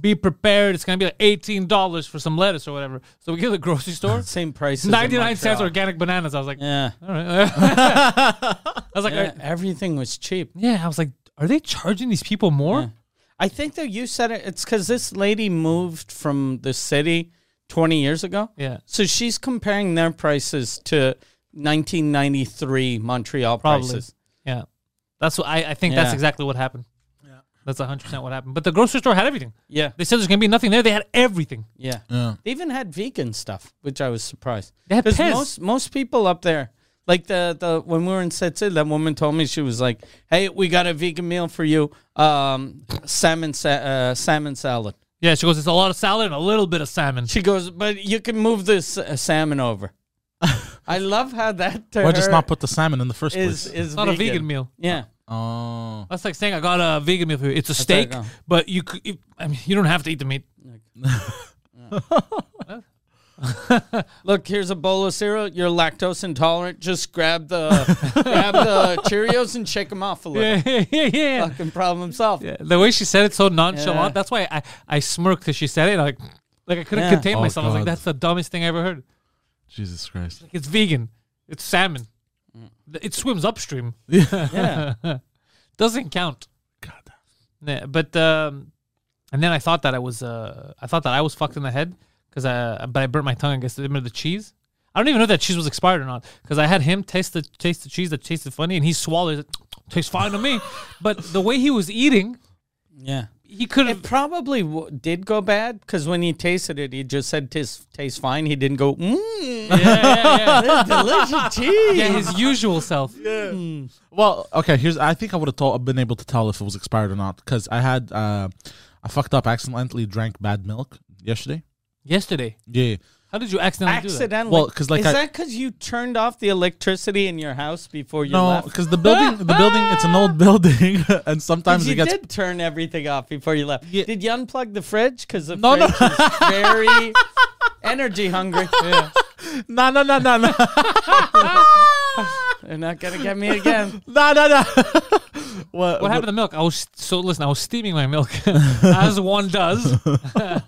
Be prepared. It's gonna be like eighteen dollars for some lettuce or whatever." So we go to the grocery *laughs* store, Same price. as in ninety nine cents Montreal. organic bananas. I was like, Yeah. "All right." I was like, yeah. Everything was cheap. "Yeah." I was like, "Are they charging these people more?" Yeah. I think that you said it. It's because this lady moved from the city 20 years ago. Yeah. So she's comparing their prices to 1993 Montreal Probably. prices. Yeah. That's what I, I think. That's Yeah. exactly what happened. That's hundred percent what happened. But the grocery store had everything. Yeah. They said there's gonna be nothing there. They had everything. Yeah. Yeah. They even had vegan stuff, which I was surprised. They had 'Cause Pez. most most people up there, like the the when we were in Setsu, that woman told me she was like, "Hey, we got a vegan meal for you, um, salmon sa- uh, salmon salad." Yeah, she goes, it's a lot of salad and a little bit of salmon. She goes, "But you can move this uh, *laughs* salmon over." I love how that to Why just her not put the salmon in the first is place? is It's not a vegan meal. Yeah, Oh, That's like saying I got a vegan meal for you. It's a like, steak, oh. but you, could, you- I mean, you don't have to eat the *laughs* meat. look, here's a bowl of cereal. You're lactose intolerant. Just grab the *laughs* grab the Cheerios and shake them off a little. yeah, yeah, yeah. Fucking problem solved. Yeah, The way she said it so nonchalant. Yeah. That's why I I smirked as she said it. Like, like I couldn't Yeah. contain Oh, myself. I was like, God. that's the dumbest thing I ever heard. Jesus Christ! It's vegan. It's salmon. Mm. It swims upstream. *laughs* yeah. Doesn't count. God, damn. Yeah, but um, and then I thought that I was uh, I thought that I was fucked in the head because I but I burnt my tongue against the end of the cheese. I don't even know if that cheese was expired or not because I had him taste the taste the cheese that tasted funny and he swallowed it. Tastes fine to me, but the way he was eating, Yeah. he could It have. probably w- did go bad because when he tasted it, he just said tastes tastes fine. He didn't go mmm, Yeah, yeah, *laughs* yeah. delicious cheese. yeah, his usual *laughs* self. Well, okay. Here's I think I would have told, been able to tell if it was expired or not because I had uh, I fucked up accidentally drank bad milk yesterday. Yesterday, Yeah. how did you accidentally do Accidentally. Well, 'cause like is I- that because you turned off the electricity in your house before you No, left? because the building, the building, it's an *laughs* old building, *laughs* and sometimes you it gets did turn everything off before you left. Yeah. Did you unplug the fridge? Because the No, no. fridge is very energy *laughs* hungry. no, no, no, *laughs* no, no, They're not gonna get me *laughs* again. no, no, no. what, that? What happened to milk? I was so listen. I was steaming my milk, *laughs* as one *laughs* does. No,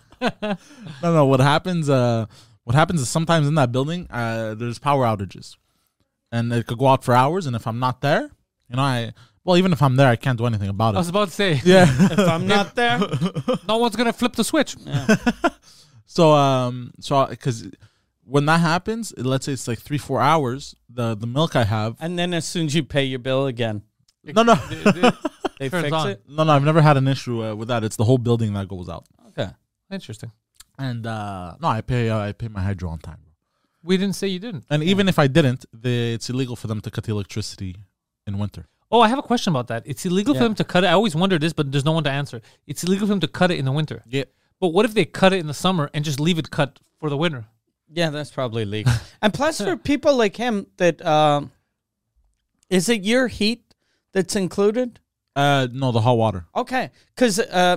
no. What happens? Uh, what happens is sometimes in that building, uh, there's power outages, and it could go out for hours. And if I'm not there, you know, I well, even if I'm there, I can't do anything about I was it. about to say, Yeah. If I'm not there, no one's gonna flip the *laughs* switch. so, um, so because when that happens, let's say it's like three, four hours. The the milk I have. and then as soon as you pay your bill again, No, no, they Turns fix on. it. no, no. I've never had an issue uh, with that. It's the whole building that goes out. Okay. Interesting. And uh, no, I pay. Uh, I pay my hydro on time. We didn't say you didn't. And even if I didn't, the, it's illegal for them to cut the electricity in winter. Oh, I have a question about that. It's illegal for Yeah. them to cut it. I always wondered this, but there's no one to answer. It's illegal for them to cut it in the winter. Yeah. But what if they cut it in the summer and just leave it cut for the winter? Yeah, that's probably *laughs* legal. and plus, for people like him, that um, is it your heat that's included? Uh, no, the hot water. Okay, because uh,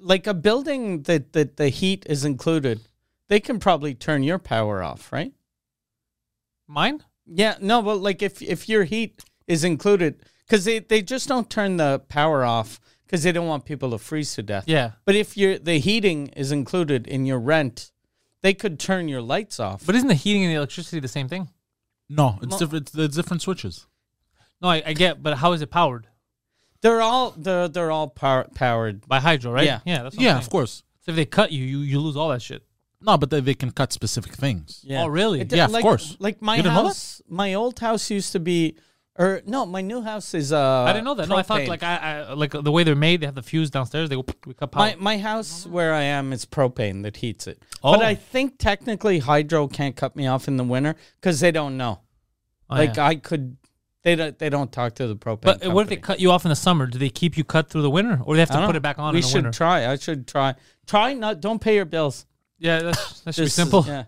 like a building that that the heat is included, they can probably turn your power off, right? Mine? Yeah, no, but like if if your heat is included, because they they just don't turn the power off because they don't want people to freeze to death. Yeah. But if your the heating is included in your rent, they could turn your lights off. But isn't the heating and the electricity the same thing? No, it's different. It's different switches. No, I, I get, but how is it powered? They're all they're they're all power, powered. By hydro, right? Yeah. yeah, that's what I'm Yeah, saying. of course. So if they cut you, you you lose all that shit. No, but they, they can cut specific things. Yeah. Oh, really? d- Yeah, of like- course. Like my You didn't know that? house, my old house used to be, or no, my new house is. Uh, I didn't know that. No, I thought propane. like I, I like the way they're made. They have the fuse downstairs. They go we cut power. My my house where I am is propane that heats it. Oh. But I think technically hydro can't cut me off in the winter because they don't know. Oh, like yeah. I could, they don't they don't talk to the propane. but uh, what if they company. cut you off in the summer? Do they keep you cut through the winter, or they have I to put don't- it back on We in the should winter? try. I should try. Try not. Don't pay your bills. yeah, that's, that should be Just simple. Yeah.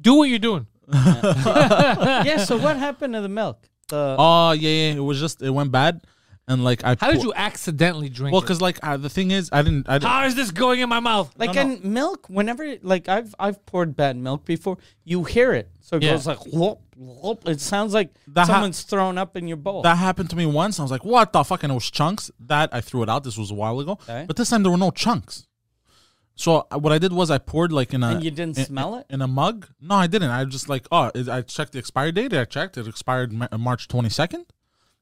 Do what you're doing. yeah. So what happened to the milk? *laughs* The Oh yeah, yeah. It was just it went bad, and like I. How did pou- you accidentally drink? Well, it? because like uh, the thing is, I didn't. I didn't how is this going in my mouth? No, *laughs* like no. and milk. Whenever like I've I've poured bad milk before, you hear it. So it Yeah. goes like whoop whoop. It sounds like That ha- someone's thrown up in your bowl. that happened to me once. I was like, what the fuck? And it was chunks. That I threw it out. This was a while ago. Okay. But this time there were no chunks. So uh, what I did was I poured like in a And you didn't in- smell it? in a mug. No, I didn't. I just like oh, it, I checked the expiry date. I checked it expired Ma- March twenty second.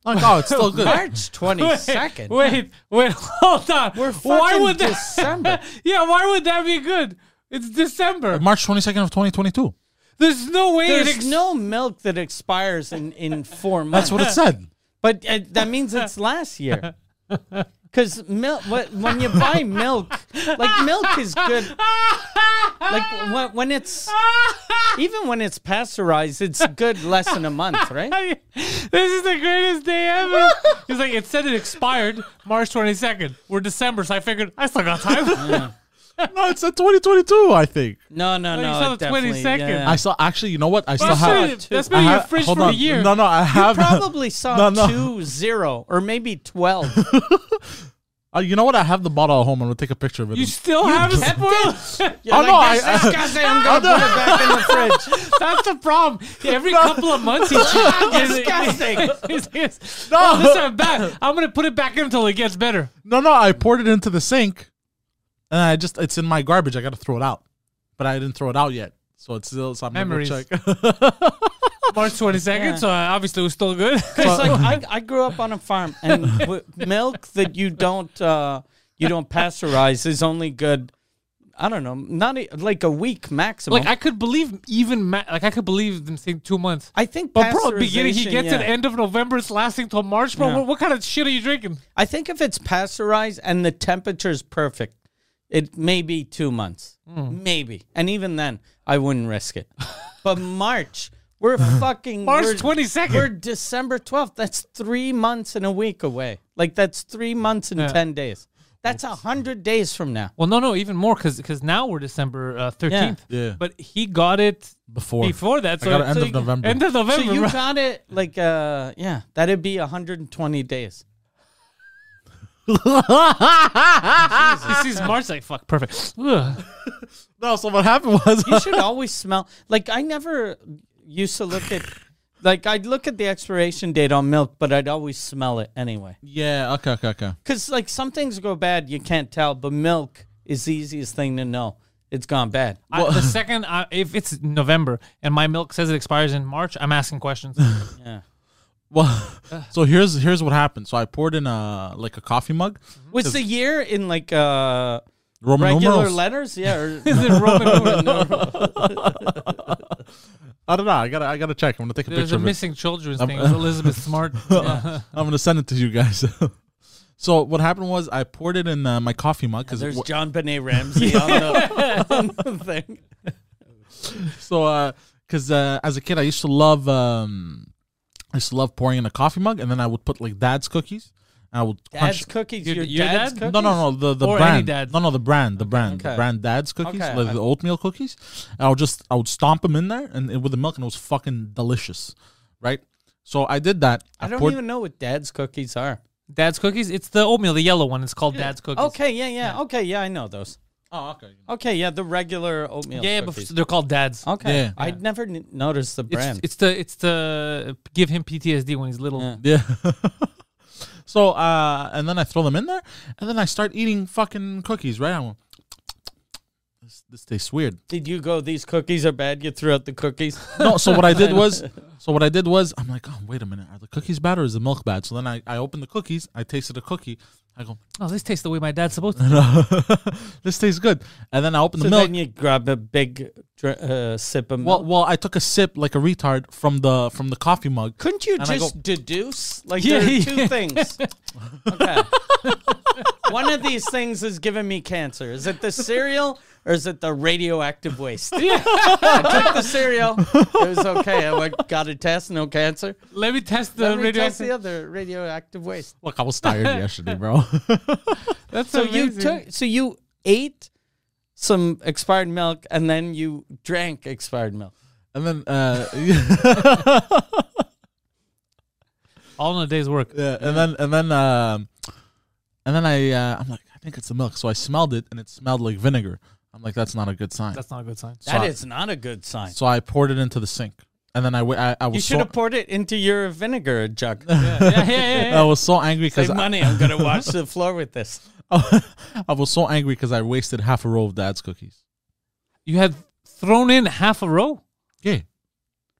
Like oh, it's *laughs* still good. March twenty second. Wait, wait, hold on. We're why fucking would that, December. *laughs* yeah, why would that be good? It's December. March twenty second of twenty twenty two. There's no way. it There's ex- no milk that expires in in four months. That's what it said. But uh, that means it's last year. Because milk, when you buy milk, like milk is good. Like when, when it's, even when it's pasteurized, it's good less than a *laughs* month, right? *laughs* This is the greatest day *laughs* ever. He's like, it said it expired March 22nd. We're December, so I figured I still got time. no, it said twenty twenty two. I think No, no, Oh, no. you saw it the definitely- 22nd. yeah. I saw. Actually, you know what? I still That's have. been- that's been in I your ha- fridge hold for a on. year. No, no, I *laughs* have. Probably saw No, no. two zero or maybe twelve. Uh, you know what? I have the bottle at home. I'm gonna take a picture of *laughs* it. You *laughs* still have it spoiled. You're Oh, like, no, "This I- is disgusting, I'm gonna Oh, put it back in the fridge. That's the problem. Every couple of months, he *laughs* Disgusting. no. Oh, this is bad. I'm gonna put it back in until it gets better. No, no, I poured it into the sink, and I just it's in my garbage. I got to throw it out, but I didn't throw it out yet, so it's still. So I'm Memories. *laughs* gonna go check. March 22nd, so uh, obviously it was still good. Because like I, I grew up on a farm, and w- milk that you don't uh, you don't pasteurize is only good. I don't know, not e like a week *laughs* maximum. like I could believe even ma- like I could believe them saying two months. I think, But bro, beginning he pasteurization, gets yeah. it end of November, it's lasting till March, bro. Yeah. What, what kind of shit are you drinking? I think if it's pasteurized and the temperature's perfect, it may be two months, Hmm. maybe, and even then, I wouldn't *laughs* risk it. But March, we're fucking March we're- 22nd. We're December twelfth. That's three months and a week away. Like that's three months and Yeah. ten days. That's a hundred days from now. Well, no, no, even more because now we're December uh, thirteenth. Yeah. Yeah. But he got it Before before that. I So got it end so of he- November. End of November. So you bro. got it like uh yeah, that'd be 120 days. He sees March like fuck, perfect. Ugh. no, so what happened was *laughs* You should always smell like I never used to look at like I'd look at the expiration date on milk, but I'd always smell it anyway. yeah. Okay, okay, okay. Cuz like some things go bad, you can't tell, but milk is the easiest thing to know. It's gone bad. I- the second, I, if it's November and my milk says it expires in March, I'm asking questions. Well, so here's here's what happened. So I poured in a like a coffee mug. Mm-hmm. Was the year in like uh Roman regular numerals. letters? Yeah, or *laughs* Is it Roman numerals? I don't know. I gotta I gotta check. I'm gonna take a There's picture. a of it. missing children's thing. It was Elizabeth Smart. Yeah. I'm gonna send it to you guys. *laughs* so what happened was I poured it in uh, my coffee mug because there's John Benet Ramsey *laughs* on the, on the thing. So, because uh, as a kid, I used to love, um, I used to love pouring in a coffee mug, and then I would put like dad's cookies. And I would Dad's crunch. cookies. Your- Your, your dad's dad? cookies? No, no, no. The the Or any brand. Dad's. No, no. The brand. The brand. The okay. brand. Dad's cookies, Okay, like I- the oatmeal cookies. And I would just, I would stomp them in there, and it, with the milk, and it was fucking delicious, right? So I did that. I don't even know what dad's cookies are. Dad's cookies. It's the oatmeal, the yellow one. It's called Dad's cookies. Okay, yeah, yeah, Okay, yeah, I know those. Oh, okay. Okay, yeah, the regular oatmeal. Yeah, yeah but cookies. they're called Dad's. okay. Yeah. I'd never n- noticed the It's, brand. it's the it's the give him PTSD when he's little. Yeah. Yeah. *laughs* so, uh, and then I throw them in there, and then I start eating fucking cookies, right? I'm this, this tastes weird. Did you go? These cookies are bad. You threw out the *laughs* cookies. No, so what I did was, so what I did was, I'm like, oh, wait a minute, are the cookies bad or is the milk bad? So then I, I opened the cookies, I tasted the cookie, I go, Oh, this tastes the way my dad's supposed to. no, this tastes good. And then I opened So the milk. then you grab a big dr- uh, sip of milk. well, well, I took a sip like a retard from the from the coffee mug. couldn't you and I just deduce? Like Yeah, there are yeah. two *laughs* things. Okay. *laughs* One of these things is giving me cancer. Is it the cereal or is it the radioactive waste? *laughs* I took the cereal. It was okay. I went, got a test, no cancer. Let me test the Let me radioactive. test the other radioactive waste. Look, I was *laughs* tired yesterday, bro. That's So you amazing. took so you ate some expired milk and then you drank expired milk. and then, uh, *laughs* all in a day's work. yeah, and then, and then, um, and then I, uh, I'm like, I think it's the milk. So I smelled it, and it smelled like vinegar. I'm like, that's not a good sign. That's not a good sign. So That I- is not a good sign. So I poured it into the sink, and then I, wa- I, I was You should so- have poured it into your vinegar *laughs* jug. yeah, yeah, yeah, yeah. I was so angry because Save money. I'm gonna wash the floor with this. I was so angry because I wasted half a roll of Dad's cookies. You had thrown in half a row. Yeah.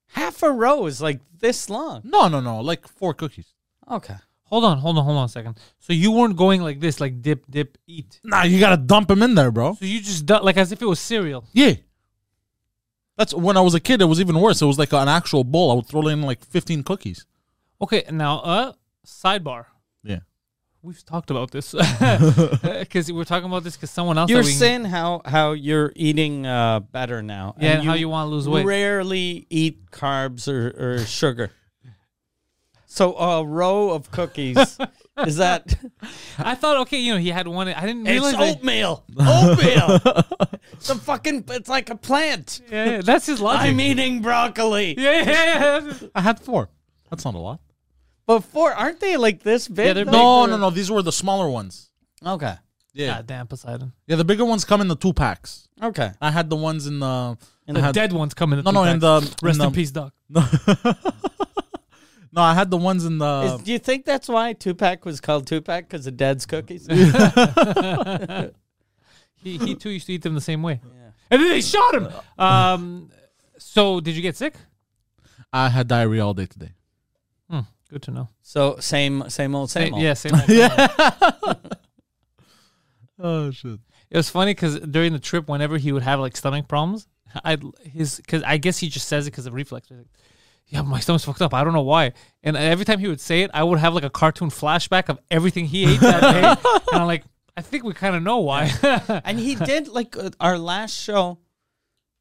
Half a row is like this long. No, no, no. Like four cookies. Okay. Hold on, hold on, hold on a second. So you weren't going like this, like dip, dip, eat. Nah, you gotta dump them in there, bro. So you just du- like as if it was cereal. Yeah. That's when I was a kid. It was even worse. It was like an actual bowl. I would throw in like fifteen cookies. Okay, now uh, sidebar. Yeah. We've talked about this *laughs* because we're talking about this because someone else. You're that we- saying how how you're eating uh, better now. Yeah, and how you wanna lose weight. Rarely eat carbs or, or sugar. So a row *laughs* of cookies is that I thought, okay, you know, he had one. I didn't it's realize. that- *laughs* oatmeal. Oatmeal. the fucking it's like a plant. yeah, yeah, that's his logic. I'm eating broccoli. *laughs* yeah, yeah, yeah. I had four. That's not a lot. Before aren't they like this big? they're Like, No, uh, no, no. These were the smaller ones. Okay. Yeah. God damn, Poseidon. Yeah. The bigger ones come in the two packs. Okay. I had the ones in the. In I The had- dead ones coming. No, no, in the- rest in in, the- peace, doc. No, I had the ones in Is, the. do you think that's why Tupac was called Tupac because of Dad's *laughs* cookies? He, he too used to eat them the same way. And then they shot him. Um, so did you get sick? I had diarrhea all day today. Hmm, good to know. so same, same old, same, Same, old. yeah, same. old. Oh shit. It was funny because during the trip, whenever he would have like stomach problems, I his because I guess he just says it because of reflex. He's like, yeah, my stomach's fucked up. I don't know why. And every time he would say it, I would have like a cartoon flashback of everything he ate that *laughs* day, and I'm like, I think we kind of know why. And he did like uh, our last show.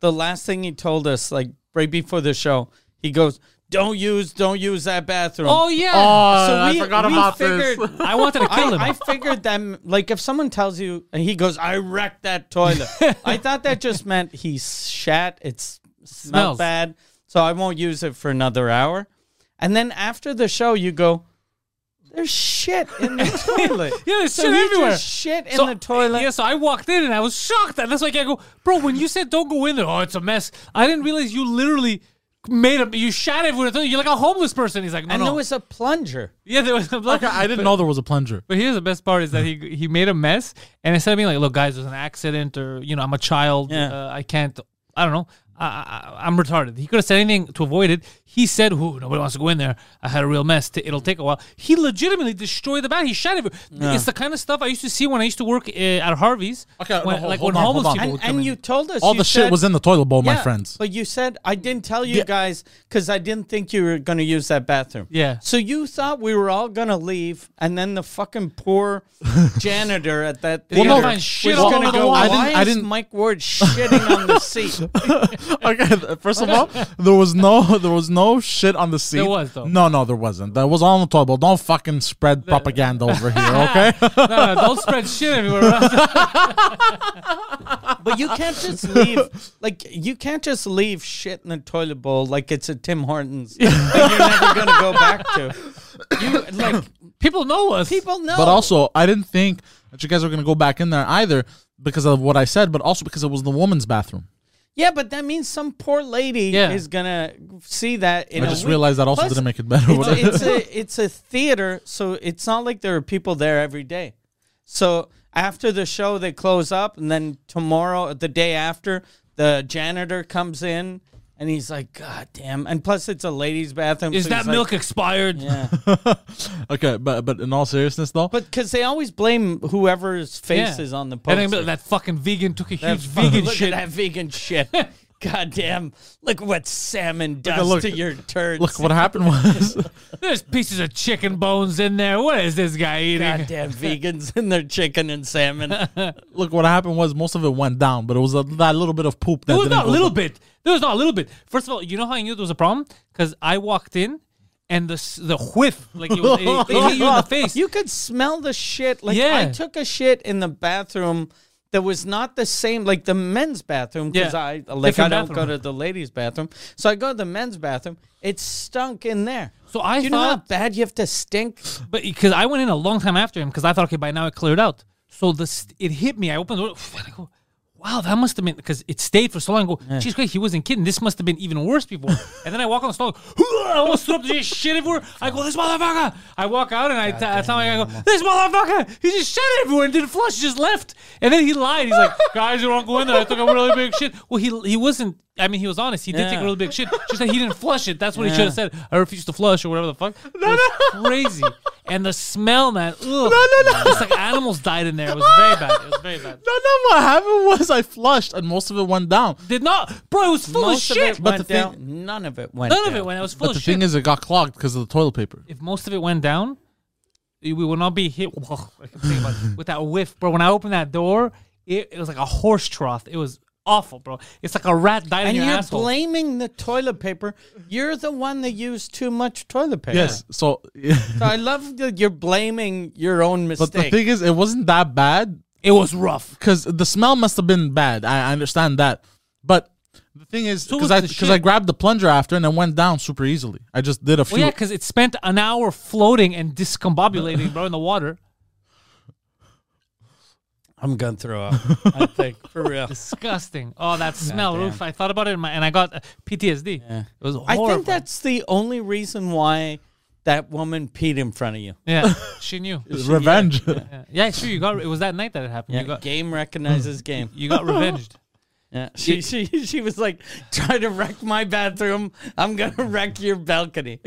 The last thing he told us, like right before the show, he goes, "Don't use, don't use that bathroom." *laughs* oh yeah. Oh, I forgot about this. figured, I wanted to kill him. I, I figured them like if someone tells you and he goes, "I wrecked that toilet." I thought that just meant he shat. It s- Smells. smelled bad, so I won't use it for another hour. And then after the show, you go, "There's shit in the toilet." yeah, there's So shit he everywhere. Just shit in So- the toilet. Yeah, so I walked in and I was shocked. And that's why I can't go, bro. When you said don't go in there, oh, it's a mess. I didn't realize you literally made a you shat everywhere. You're like a homeless person. He's like, no, and no. there was a plunger. yeah, there was. A Okay, I didn't know there was a plunger. *laughs* But here's the best part is that he he made a mess, and instead of being like, "Look, guys, there's an accident," or you know, "I'm a child, Yeah. uh, I can't," I don't know, I, I, I'm retarded. He could have said anything to avoid it. He said, "Who? Nobody wants to go in there. I had a real mess. T- It'll take a while." He legitimately destroyed the bat. He shot it. It's the kind of stuff I used to see when I used to work uh, at Harvey's. Okay, no, when, hold- like hold when on, homeless hold on. people. And, would come and in. you told us All you the shit said- was in the toilet bowl, my Yeah, friends. But you said I didn't tell you Yeah. guys because I didn't think you were gonna use that bathroom. Yeah. So you thought we were all gonna leave, and then the fucking *laughs* poor janitor at that Well, theater no, man, shit was all gonna over the go. wall. Why I didn't- is I didn't- Mike Ward shitting on the *laughs* seat? *laughs* okay, th- first of all, there was no there was no shit on the seat. There was, though. No, no, there wasn't. That was all on the toilet. bowl. Don't fucking spread *laughs* propaganda over here, okay? no, no, don't spread shit *laughs* everywhere. But you can't just leave. Like you can't just leave shit in the toilet bowl like it's a Tim Hortons. *laughs* that you're never gonna go back to. You like people know us. people know. but also, I didn't think that you guys were gonna go back in there either because of what I said, but also because it was the woman's bathroom. Yeah, but that means some poor lady Yeah. is gonna see that. In I a just week. realized that also Plus, didn't make it *laughs* better. It's, would it? it's a it's a theater, so it's not like there are people there every day. So after the show they close up and then tomorrow the day after the janitor comes in and he's like god damn and plus it's a ladies bathroom Is so that he's like- milk expired? yeah *laughs* okay, but but in all seriousness though, but because they always blame whoever's face Yeah. is on the And then poster that fucking vegan took a huge That fucking- vegan look shit. at that vegan shit *laughs* god damn look what salmon does look. to your turds look what happened was There's pieces of chicken bones in there. What is this guy eating? *laughs* Goddamn vegans and their chicken and salmon. *laughs* look what happened was most of it went down, but it was a, that little bit of poop that There was didn't not a go little down. bit. There was not a little bit. First of all, you know how I knew there was a problem? Because I walked in and the s- the whiff, like it, was, *laughs* it, it hit you in *laughs* the face. You could smell the shit. Like I Yeah. took a shit in the bathroom that was not the same, like the men's bathroom, because Yeah. I like Different I don't bathroom. go to the ladies' bathroom. So I go to the men's bathroom. It stunk in there. so I Do you know how thought, Oh, bad you have to stink? but because I went in a long time after him, because I thought, okay, by now it cleared out. So this it hit me. I opened the door. *sighs* and I go, wow, that must have been because it stayed for so long. I go, geez, great, he wasn't kidding. This must have been even worse before. and then I walk on the stall. *laughs* I almost threw up the shit everywhere. I go, this motherfucker. I walk out and I, t- I tell my guy, I go, this motherfucker. He just shit everywhere and didn't flush. Just left. And then he lied. He's like, *laughs* guys, you don't go in there. I took a really big shit. Well, he he wasn't. I mean, he was honest. He did take a Yeah. really big shit. Just that he didn't flush it. That's what he should have said. I refuse to flush or whatever the fuck. No, it was crazy. And the smell, man. Ugh. No, no, no. It's like animals died in there. It was very bad. It was very bad. No, no, what happened was I flushed and most of it went down. Did not, bro. It was full Most of of shit. it but went the thing- down. None of it went. None of down. it went. It was full But of the shit. thing is, it got clogged because of the toilet paper. if most of it went down, we would not be hit *laughs* with that whiff, bro. When I opened that door, it, it was like a horse trough. It was awful, bro. It's like a rat died And in you're your asshole. blaming the toilet paper. You're the one that used too much toilet paper. Yes. So, *laughs* So I love that you're blaming your own mistake. but the thing is, it wasn't that bad it was rough. because the smell must have been bad. I, I understand that, but the thing is, So because was I the because I shit. grabbed the plunger after and it went down super easily. I just did a few. Well, yeah, because it spent an hour floating and *laughs* discombobulating, bro, in the water. I'm gonna throw up. I think for *laughs* real. Disgusting. Oh, that smell, Roof. I thought about it, in my, and I got uh, PTSD. It was I horrible. think that's the only reason why that woman peed in front of you. *laughs* yeah, she knew. revenge. *laughs* Yeah. yeah, sure. You got it was that night that it happened. You got game recognizes game. Hmm. you *laughs* got revenged. Yeah. She, she she was like, try to wreck my bathroom. I'm gonna wreck your balcony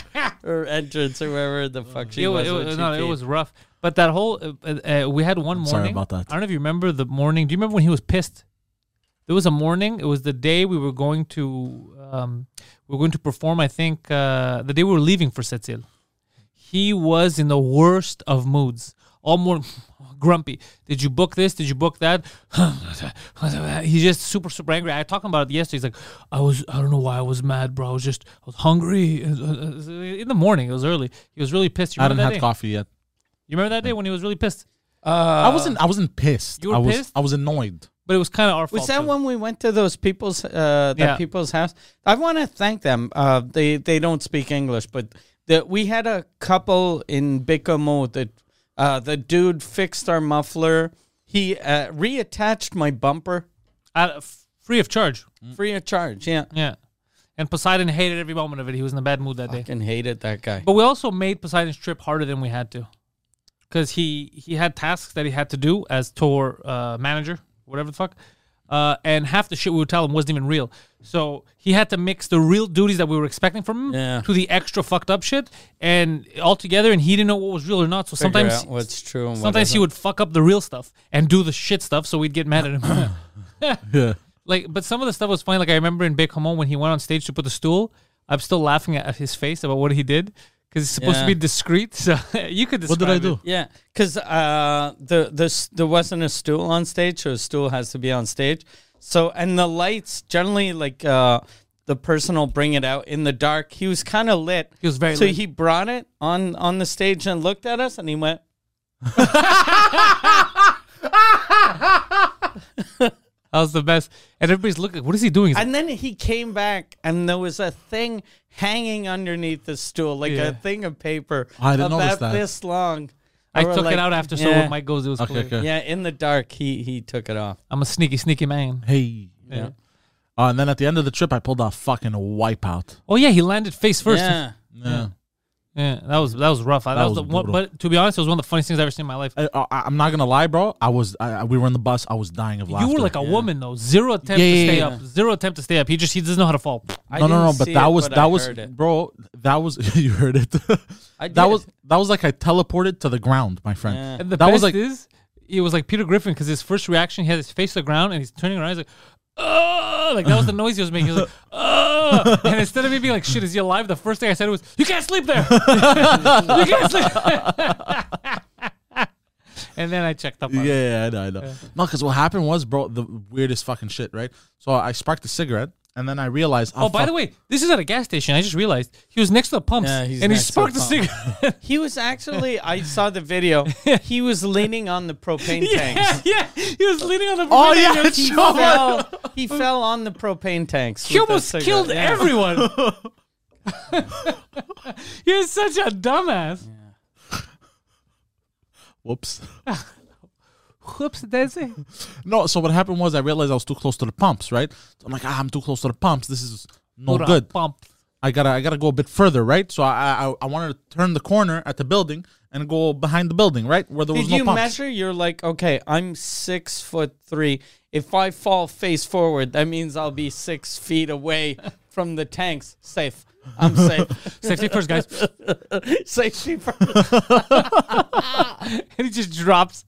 *laughs* or entrance or wherever the fuck she it, wa- was. it when was, she no, it peed. was rough. But that whole uh, uh, we had one morning. sorry about that. I don't know if you remember the morning. Do you remember when he was pissed? There was a morning. It was the day we were going to um, we were going to perform. I think uh, the day we were leaving for Setzil. He was in the worst of moods. All more *sighs* grumpy. Did you book this? Did you book that? *sighs* He's just super, super angry. I talked about it yesterday. He's like, I was, I don't know why I was mad, bro. I was just, I was hungry. *laughs* In the morning, it was early. He was really pissed. You I remember didn't that have day? coffee yet. You remember that day when he was really pissed? I wasn't. I wasn't pissed. You were I was. pissed? I was annoyed. But it was kind of our fault. Was that too. when we went to those people's uh, that Yeah. people's house? I want to thank them. Uh, they they don't speak English, but the, we had a couple in Bikomo that uh, the dude fixed our muffler. He uh, reattached my bumper Out of- free of charge? Mm. free of charge. Yeah, Yeah. And Poseidon hated every moment of it. He was in a bad mood that day. fucking hated that guy. But we also made Poseidon's trip harder than we had to, because he he had tasks that he had to do as tour uh, manager, whatever the fuck, uh, and half the shit we would tell him wasn't even real. So he had to mix the real duties that we were expecting from him Yeah. to the extra fucked up shit, and all together, and he didn't know what was real or not. So sometimes out what's true and what sometimes he isn't. would fuck up the real stuff and do the shit stuff, so we'd get mad at *clears throat* him. *clears throat* Yeah. like but some of the stuff was funny. Like I remember in Big Homon when he went on stage to put the stool, I'm still laughing at his face about what he did because it's supposed to Yeah. be discreet. *laughs* So you could. What did I describe do? it. Yeah, because uh, the this there wasn't a stool on stage, so a stool has to be on stage. So and the lights generally like uh, the person will bring it out in the dark. He was kind of lit. He was very So lit. he brought it on on the stage and looked at us, and he went. That was the best. And everybody's looking. What is he doing? He's like, And then he came back, and there was a thing hanging underneath the stool, like Yeah. a thing of paper. I didn't about notice that. This long. I were took like, it out after, so yeah, when Mike goes, it was Okay. clear. Okay. Yeah, in the dark, he he took it off. I'm a sneaky, sneaky man. Hey. Yeah. Uh, and then at the end of the trip, I pulled a fucking wipeout. Oh yeah, he landed face first. yeah. Yeah. Yeah. Yeah, that was that was rough. I- That, That was, was the one, brutal. but to be honest, it was one of the funniest things I've ever seen in my life. I, Uh, I, I'm not gonna lie, bro. I was I, I- we were on the bus. I was dying of laughter. you were like a woman though. Zero attempt Yeah, to yeah, stay yeah. up. Zero attempt to stay up. He just he doesn't know how to fall. I no, no, didn't no. But see that it, was but that I was heard it. bro. That was *laughs* you heard it. I That did. was that was like I teleported to the ground, my friend. Yeah. And the that best was like is, it was like Peter Griffin because his first reaction, he had his face to the ground and he's turning around. He's like, "Oh!" Like that was the noise he was making. He was like, "Oh!" And instead of me being like, "Shit, is he alive?" The first thing I said was, "You can't sleep there. *laughs* you can't sleep." *laughs* and then I checked up. On yeah. Yeah, yeah, I know, I know. No, because what happened was, bro, the weirdest fucking shit, right? So I sparked a cigarette, and then I realized. ah, Oh, by the way, this is at a gas station. I just realized he was next to the pumps, Yeah, he's and he next to sparked a the cigarette. *laughs* He was actually. I saw the video. He was leaning on the propane tanks. *laughs* yeah, yeah, he was leaning on the. Oh, propane yeah, tank. it's He true. fell. fell, he fell on the propane tanks. He with the almost cigarette. killed Yeah. everyone. *laughs* he is such a dumbass. whoops. *laughs* Whoops, daisy. No, so what happened was I realized I was too close to the pumps, right? So I'm like, ah, I'm too close to the pumps. This is no Put a good. Pump. I gotta, I gotta go a bit further, right? So I, I, I wanted to turn the corner at the building and go behind the building, right, where there Did was no you pumps. measure? You're like, okay, I'm six foot three. If I fall face forward, that means I'll be six feet away from the tanks. Safe. I'm *laughs* safe. Safety first, guys. Safety first. and he just drops.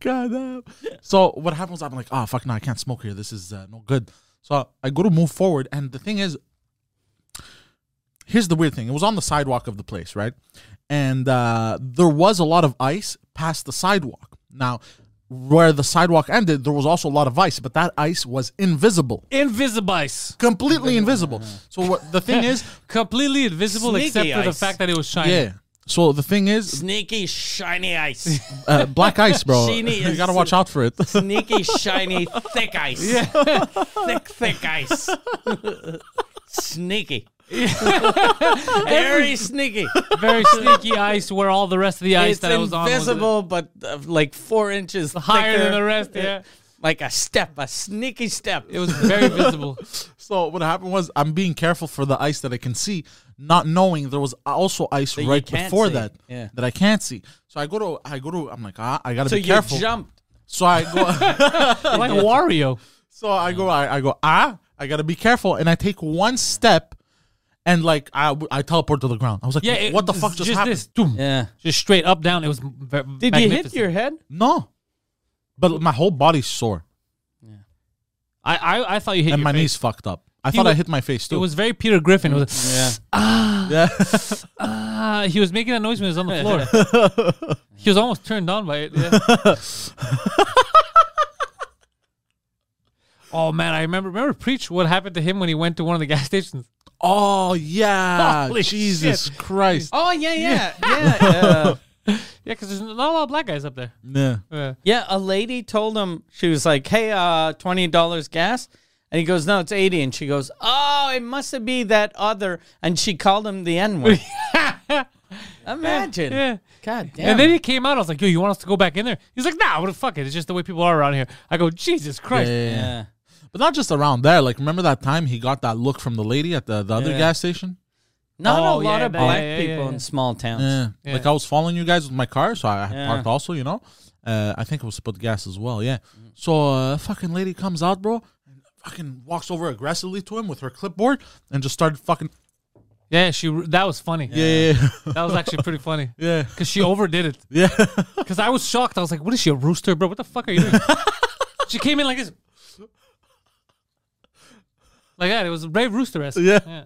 God damn. So what happens? I'm like, oh fuck no, I can't smoke here. This is uh, no good. So I go to move forward, and the thing is, here's the weird thing. It was on the sidewalk of the place, right? And uh, there was a lot of ice past the sidewalk. Now, where the sidewalk ended, there was also a lot of ice, but that ice was invisible, Invisibice. completely invisible. So what the *laughs* thing is, Completely invisible Sneaky except for the ice. fact that it was shiny. yeah. So the thing is, Sneaky, shiny ice. uh, black ice, bro. Sheeny *laughs* you is- gotta watch out for it. *laughs* Sneaky, shiny, thick ice. *laughs* thick, thick ice. *laughs* Sneaky. Very sneaky. *laughs* Very sneaky ice where all the rest of the ice it's that I was on was invisible, but uh, like four inches higher thicker. than the rest. Yeah. Like a step, a sneaky step. It was very visible. So what happened was I'm being careful for the ice that I can see, not knowing there was also ice you right can't before see. that Yeah. that I can't see. So I go to I go to I'm like ah, I gotta so be you careful. jumped. So I *laughs* go *laughs* like Wario. so I go I, I go ah I gotta be careful and I take one step and like I I teleport to the ground. I was like Yeah. it- what the fuck just, happened? This, doom. Yeah. Just straight up, down. It was. Ver- Did you hit magnificent. your head? No, but my whole body's sore I, I, I thought you hit and your my face. knees fucked up. I He thought I wa- hit my face too. It was very Peter Griffin. It was, Yeah. yeah. ah, he was making a noise when he was on the floor. *laughs* he was almost turned on by it. yeah. oh man, I remember remember preach what happened to him when he went to one of the gas *laughs* stations. *laughs* oh *laughs* yeah. Holy Jesus shit. Christ. Oh yeah, yeah, yeah. *laughs* uh, Yeah, because there's not a lot of black guys up there. Yeah. Yeah. yeah, a lady told him she was like, "Hey, uh, twenty dollars gas," and he goes, "No, it's 80 And she goes, "Oh, it must be that other." And she called him the *laughs* N word. Imagine. Yeah. God damn. And then he came out. I was like, "Yo, you want us to go back in there?" He's like, "Nah, what the fuck it. It's just the way people are around here." I go, "Jesus Christ!" yeah. yeah. But not just around there. Like, remember that time he got that look from the lady at the, the other Yeah. gas station? Not Oh, a lot yeah, of yeah, black yeah, yeah, people yeah. in small towns. Yeah. Yeah. Like, I was following you guys with my car, so I had Yeah. parked also, you know? Uh, I think it was to put gas as well, yeah. So, uh, fucking lady comes out, bro, and fucking walks over aggressively to him with her clipboard and just started fucking. Yeah, she. That was funny. Yeah. That was actually pretty funny. Yeah. Cause she overdid it. Yeah. *laughs* Because I was shocked. I was like, what is she, a rooster, bro? What the fuck are you *laughs* doing? she came in like this. Like that. It was very rooster esque. Yeah.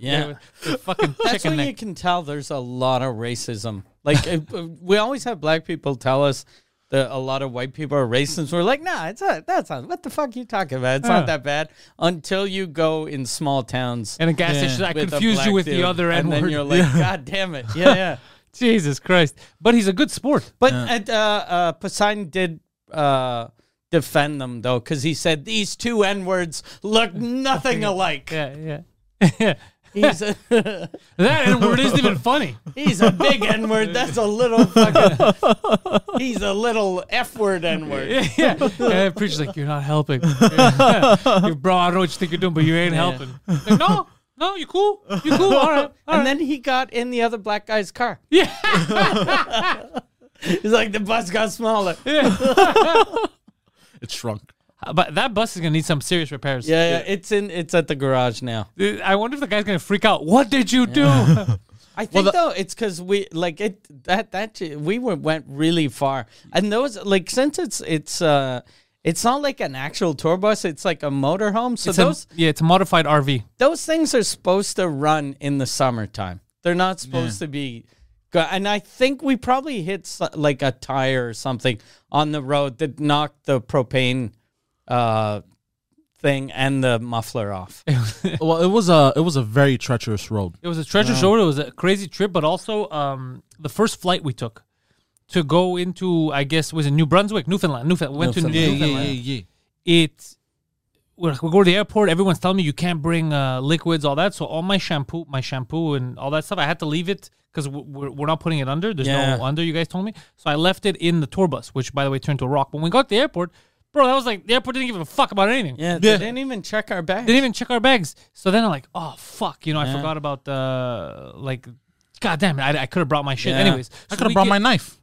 Yeah. With the fucking That's chicken when you neck. can tell there's a lot of racism. Like if- if we always have black people tell us that a lot of white people are racist. We're like, nah, it's not. That's not. What the fuck you talking about? It's Yeah. not that bad. Until you go in small towns and a gas station. I with a confused black you with dude, the other end. and then you're like, god damn it, yeah, yeah. *laughs* Jesus Christ. But he's a good sport. *laughs* But at, uh, uh, Poseidon did. Uh, Defend them though, because he said these two N words look *laughs* nothing alike. Yeah, *laughs* yeah. He's a *laughs* that N word isn't even funny. *laughs* He's a big N word. That's a little fucking. *laughs* He's a little F word N word. Yeah. And the *laughs* preacher's like, you're not helping. Yeah. Bro, I don't know what you think you're doing, but you ain't helping. Like, no. No, you cool. You cool. All right. and then he got in the other black guy's *laughs* car. Yeah. He's like, the bus got smaller. Yeah, *laughs* It shrunk. But that bus is gonna need some serious repairs. yeah, it's in. It's at the garage now. Dude, I wonder if the guy's gonna freak out. What did you do? I think though it's because we like it that that we were, went really far, and those like since it's it's uh it's not like an actual tour bus, it's like a motorhome. So It's a- those yeah, it's a modified RV. those things are supposed to run in the summertime. They're not supposed to be. go- And I think we probably hit so- like a tire or something on the road that knocked the propane uh, thing and the *laughs* muffler off. well, it was a it was a very treacherous road. It was a treasure road. It was a crazy trip, but also um, the first flight we took to go into, I guess, was in New Brunswick, Newfoundland. Newfoundland. We went to Newfoundland. yeah. It. We're, we go to the airport. Everyone's telling me you can't bring uh, liquids, all that. So all my shampoo, my shampoo, and all that stuff, I had to leave it because we're, we're not putting it under. There's Yeah. no under. You guys told me, so I left it in the tour bus, which by the way turned to a rock. When we got to the airport, bro, that was like the airport didn't give a fuck about anything. Yeah, they didn't even check our bags. didn't even check our bags. So then I'm like, oh fuck, you know, I forgot about the like. God damn it, I, I could have brought my shit. Yeah. Anyways, I could have brought my knife.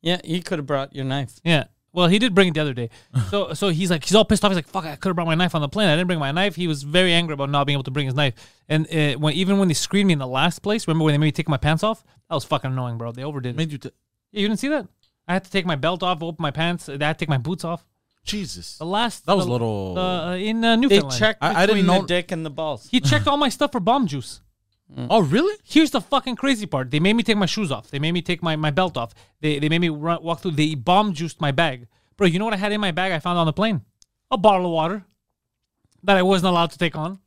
yeah, you could have brought your knife. Yeah. Well, he did bring it the *laughs* other day. So so he's like, he's all pissed off. He's like, fuck, I could have brought my knife on the plane. I didn't bring my knife. He was very angry about not being able to bring his knife. And uh, when even when they screened me in the last place, remember when they made me take my pants off? That was fucking annoying, bro. They overdid. it. Made you t- Yeah, you didn't see that? I had to take my belt off, open my pants. I had to take my boots off. Jesus. The last That was the- a little- the- in uh, They Newfoundland. checked between I- I didn't the know- dick and the balls. He checked all my stuff for bomb juice. Oh, really? Here's the fucking crazy part. They made me take my shoes off. They made me take my, my belt off. They, they made me run, walk through. They bomb juiced my bag. Bro, you know what I had in my bag I found on the plane? A bottle of water that I wasn't allowed to take on.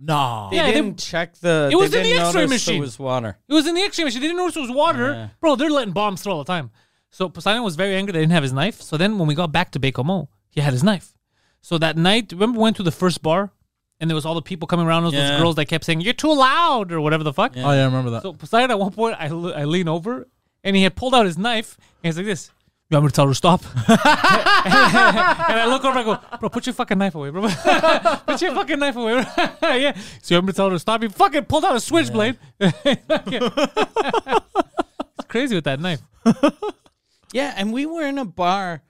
Nah. They Yeah, they- didn't check the. It was they in the didn't X-ray notice machine. It was water. It was in the X-ray machine. They didn't notice it was water. Bro, they're letting bombs through all the time. So Poseidon was very angry they didn't have his knife. So then when we got back to Bacomo, he had his knife. So that night, remember we went to the first bar and there was all the people coming around, those, Yeah. those girls that kept saying, you're too loud or whatever the fuck. Oh yeah, I remember that. So Poseidon, at one point, I, le- I lean over, and he had pulled out his knife, and he's like this. You want me to tell her to stop? *laughs* and I look over, I go, bro, put your fucking knife away, bro. *laughs* put your fucking knife away. bro." *laughs* yeah. So you want me to tell her to stop? He fucking pulled out a switchblade. *laughs* it's crazy with that knife. Yeah, and we were in a bar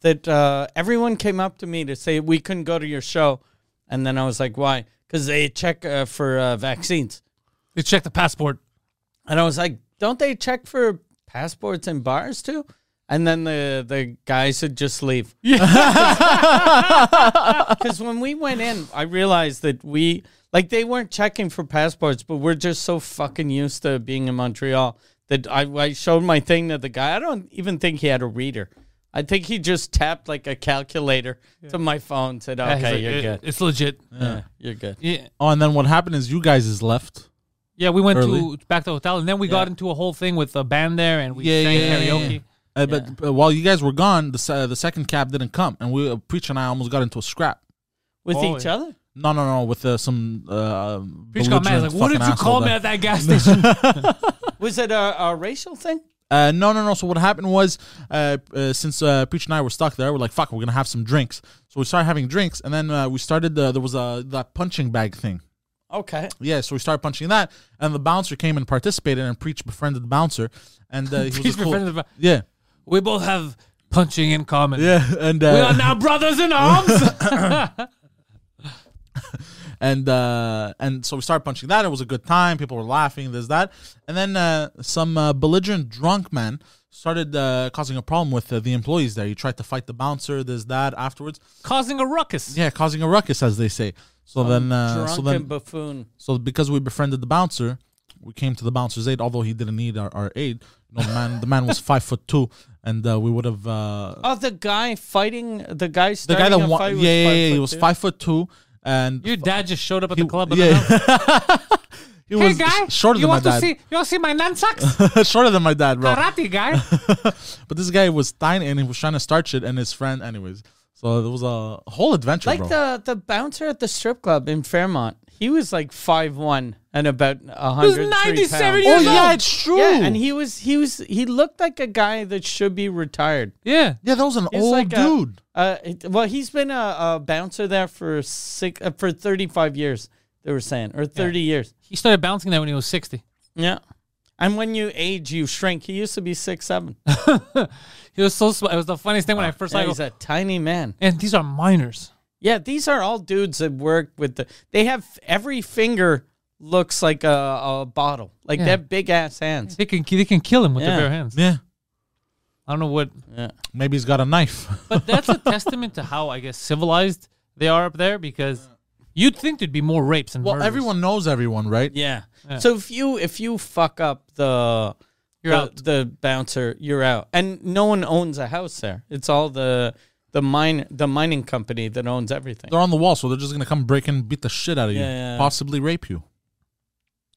that uh, everyone came up to me to say we couldn't go to your show, and then I was like, "Why?" Because they check uh, for uh, vaccines, You check the passport. and I was like, "Don't they check for passports in bars too?" And then the the guy said, *laughs* "Just leave." *laughs* Because when we went in, I realized that we like they weren't checking for passports, but we're just so fucking used to being in Montreal that I, I showed my thing to the guy. I don't even think he had a reader. I think he just tapped like a calculator to my phone, said, Yeah, he's "Okay, like, you're "It- good. It's legit. Yeah, you're good." Yeah. oh, and then what happened is you guys is left. Yeah, we went Early. to back to the hotel, and then we got into a whole thing with a band there, and we sang karaoke. Uh, but, but while you guys were gone, the se- the second cab didn't come, and we uh, preacher and I almost got into a scrap. With Oh, each yeah. other, No, no, no, with uh, some. Uh, Bitch got mad. He's Like, belligerent what did fucking you call me asshole at that- that *laughs* gas station? was it a, a racial thing? Uh, no, no, no. So what happened was, uh, uh, since uh, Preach and I were stuck there, we're like, "Fuck, we're gonna have some drinks." So we started having drinks, and then uh, we started the there was a that punching bag thing. Okay, Yeah, so we started punching that, and the bouncer came and participated, and Preach befriended the bouncer, and uh, he was a Preach cool- befriended the bou- yeah, we both have punching in common. yeah, and We are uh, now brothers in *laughs* arms. and uh, and so we started punching that. It was a good time. People were laughing, this that, and then uh, some uh, belligerent drunk man started uh, causing a problem with uh, the employees there. He tried to fight the bouncer, this that. Afterwards, Causing a ruckus. Yeah, causing a ruckus, as they say. So then, uh, so drunken then, buffoon. so because we befriended the bouncer, we came to the bouncer's aid. Although he didn't need our, our aid, no man, *laughs* the man was five foot two, and uh, we would have uh, Oh, the guy fighting the guy. the guy that starting a won. fight Yeah, was five yeah, yeah, he foot was two? five foot two, and Your dad just showed up at the *laughs* club. with yeah. *laughs* an outfit. he Hey was guy, sh- shorter you than my want to dad. see? You want to see my nunchucks? shorter than my dad, *laughs* bro. Karate guy. But this guy was tiny, and he was trying to start shit, and his friend, anyways. So it was a whole adventure, Like bro. the the bouncer at the strip club in Fairmont, he was like five one and about a He's hundred. 97 oh years yeah, old. it's true. Yeah, and he was he was he looked like a guy that should be retired. Yeah. yeah, that was an He's old like a- dude. Uh, it- well, he's been a, a bouncer there for six uh, for thirty five years. They were saying, or 30 years. He started bouncing that when he was 60. Yeah. And when you age, you shrink. He used to be six *laughs* seven. He was so smart. It was the funniest thing when I first saw Yeah, him. he's a tiny man. And these are minors. Yeah, these are all dudes that work with the. They have every finger looks like a, a bottle. Like Yeah. they have big ass hands. They can they can kill him with Yeah. their bare hands. Yeah. I don't know what, Maybe he's got a knife. *laughs* but that's a testament to how I guess civilized they are up there because you'd think there'd be more rapes and well, murders. everyone knows everyone, right? Yeah. So if you if you fuck up the You're the, out. the bouncer, you're out. And no one owns a house there. It's all the the mine the mining company that owns everything. They're on the wall, so they're just gonna come break and beat the shit out of you, Yeah, yeah. possibly rape you.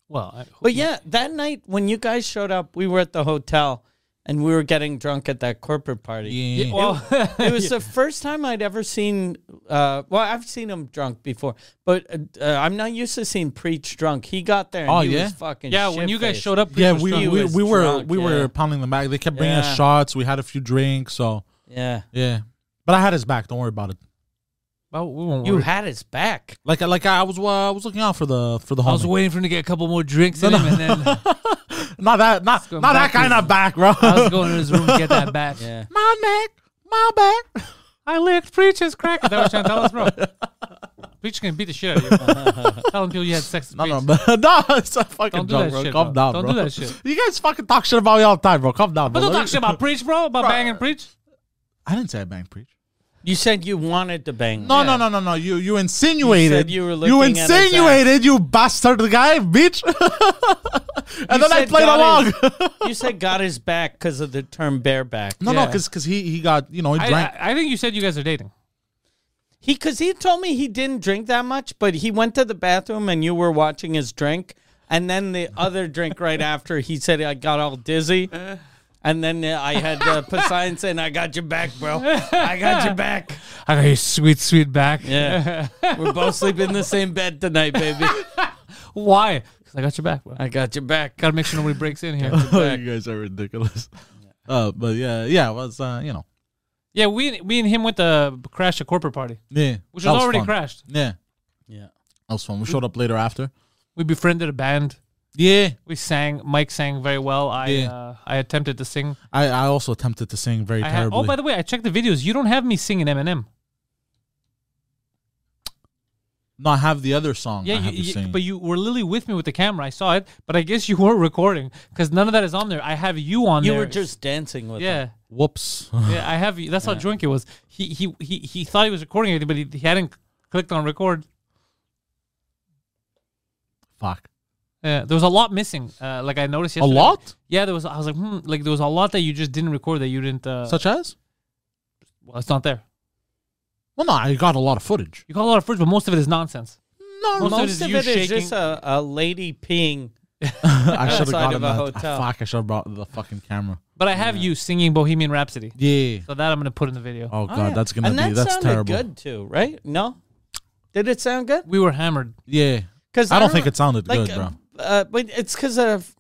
Well, I, But yeah, that night when you guys showed up, we were at the hotel and we were getting drunk at that corporate party. Yeah. *laughs* well, *laughs* It was the first time I'd ever seen. Uh, well, I've seen him drunk before, but uh, uh, I'm not used to seeing Preach drunk. He got there. and Oh, he yeah? was fucking yeah. When you guys showed up, Yeah, Preach was we, drunk. He we, was we were drunk, we yeah. were pounding them back. They kept bringing Yeah. us shots. We had a few drinks, so yeah, yeah. But I had his back. Don't worry about it. Well, we weren't you worried. had his back. Like like I was uh, I was looking out for the for the I was homie. waiting for him to get a couple more drinks in him, and *laughs* then Not that not going not that back to kind his- of back, bro. I was going to his room to get that back. Yeah, my neck, my back. I licked Preach's crack. Is that what you're trying to tell us, bro? Preach can beat the shit out *laughs* of you. Telling people you had sex. with *laughs* No, no, Preach. but, *laughs* no, it's a Don't fucking do joke, that bro. shit, bro. Calm down, Don't bro. do that shit. *laughs* You guys fucking talk shit about me all the time, bro. Calm down, But bro. don't Let talk me- shit *laughs* about Preach, bro. About banging Preach. I didn't say I *laughs* banged preach. you said you wanted to bang. No, him. no, no, no, no. You you insinuated. you were you looking at his insinuated, you bastard guy, bitch. *laughs* and You then I said played got along. *laughs* his- *laughs* you said got his back because of the term bareback. no, no, Yeah. because he he got you know he I, drank. I, I think you said you guys are dating. He because he told me he didn't drink that much, but he went to the bathroom and you were watching his drink, and then the other drink right after. He said I got all dizzy, and then uh, I had uh, Poseidon saying I got your back, bro. I got your back. I got your sweet, sweet back. Yeah, we're both sleeping in the same bed tonight, baby. Why? Because I got your back, bro. I got your back. Gotta make sure nobody breaks in here. *laughs* you guys are ridiculous. Uh, but yeah, yeah, it was uh, you know, yeah, we me and him went to crash a corporate party, yeah, which that was already fun. crashed. Yeah, Yeah. that was fun. We showed up later after. We befriended a band. Yeah, We sang. Mike sang very well. I Yeah. uh, I attempted to sing. I, I also attempted to sing very I had, terribly. oh, by the way, I checked the videos. You don't have me singing Eminem. no, I have the other song. Yeah, I have you, you, sing. but you were literally with me with the camera. I saw it, but I guess you *laughs* weren't recording because none of that is on there. I have you on You there. were just dancing with *laughs* him. yeah, whoops. yeah. I have you. That's how drunk it was. He he he he thought he was recording it, but he, he hadn't clicked on record. Fuck. Yeah, there was a lot missing. Uh, like I noticed yesterday. lot? Yeah, there was. I was like, hmm, like there was a lot that you just didn't record that you didn't. Uh, Such as? well, it's not there. Well, no, I got a lot of footage. You got a lot of footage, but most of it is nonsense. Most No, no, of Most of you it is shaking. just a, a lady peeing. *laughs* I should have outside gotten of a that. hotel. fuck, I should have brought the fucking camera. But I have you singing Bohemian Rhapsody, Yeah. so that I'm gonna put in the video. Oh god, yeah. that's gonna and be that that's sounded terrible. good too, right? No, did it sound good? We were hammered. Yeah. Because I don't think it sounded good, uh, bro. Uh, but it's because of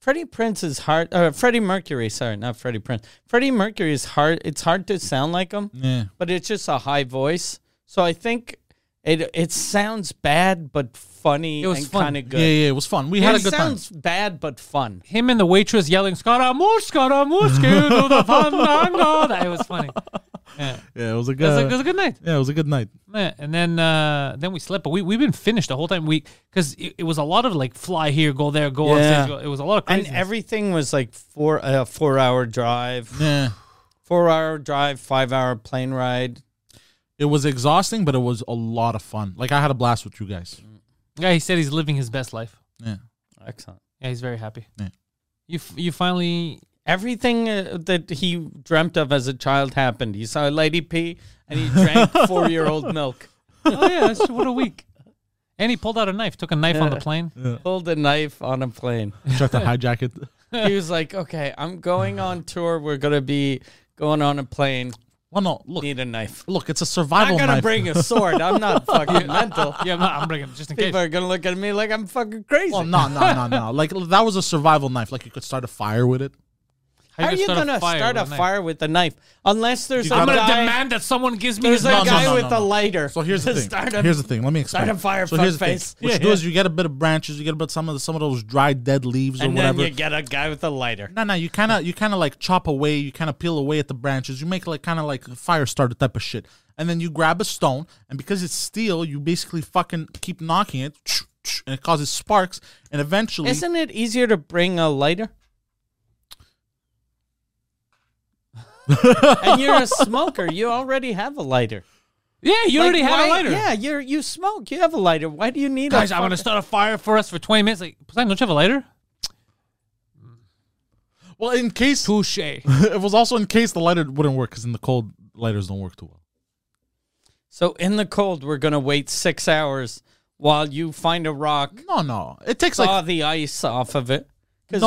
Freddie Prince's heart. Uh, Freddie Mercury, sorry, not Freddie Prince. Freddie Mercury's heart. It's hard to sound like him, Yeah. but it's just a high voice. So I think it it sounds bad but funny It was and fun. kind of good. Yeah, yeah, it was fun. We had a it good sounds bad but fun. him and the waitress yelling "Scaramouche, Scaramouche, do the *laughs* fandango." That it was funny. time. Yeah, it was a It good. was, a, it was a good night, yeah, it was a good night. man. And then uh, then we slept, but we we've been finished the whole time. We because it, it was a lot of like fly here, go there, go Yeah. on stage. Go, it was a lot of And crazy. everything was like four a four hour drive, Yeah, four hour drive, five hour plane ride. it was exhausting, but it was a lot of fun. Like I had a blast with you guys. yeah, he said he's living his best life. Yeah, Excellent. Yeah, he's very happy. Yeah. You f- you finally Everything uh, that he dreamt of as a child happened. He saw a lady pee and he *laughs* drank four year old milk. oh yeah, that's, what a week. And he pulled out a knife, took a knife on the Yeah. plane. Pulled a knife on a plane. tried to hijack it. He was like, okay, I'm going on tour. We're going to be going on a plane. Well, no, look, Need a knife. look, it's a I'm survival going to knife. bring a sword. I'm *laughs* not fucking mental. Yeah, I'm, not, I'm bringing it just in case. People are going to look at me like I'm fucking crazy. *laughs* well, no, no, no, no. Like that was a survival knife. Like you could start a fire with it. How are you gonna going to start a with knife? fire with a knife? Unless there's a I'm gonna guy, demand that someone gives me there's his a number. guy no, no, with a no. lighter. *laughs* So here's the to thing. start a- here's the thing. Let me explain. a fire, So here's fuck the thing. face. What Yeah, you do is you get a bit of branches, you get a bit some of the, some of those dry dead leaves or And then whatever. you get a guy with a lighter. No, no, you kind of you kind of like chop away, you kind of peel away at the branches. You make like kind of like a fire starter type of shit. And then you grab a stone, and because it's steel, you basically fucking keep knocking it, and it causes sparks, and eventually Isn't it easier to bring *laughs* a lighter? and you're a smoker. You already have a lighter. Yeah, you Like, already had a why- lighter. Yeah, you're you smoke. You have a lighter. Why do you need Guys, a I'm gonna fucking- start a fire for us for 20 minutes. Like, Poseidon, don't you have a lighter? well, in case Touche. *laughs* it was also in case the lighter wouldn't work, because in the cold lighters don't work too well. So in the cold, we're gonna wait six hours while you find a rock, No, no, it takes thaw like the ice off of it. Because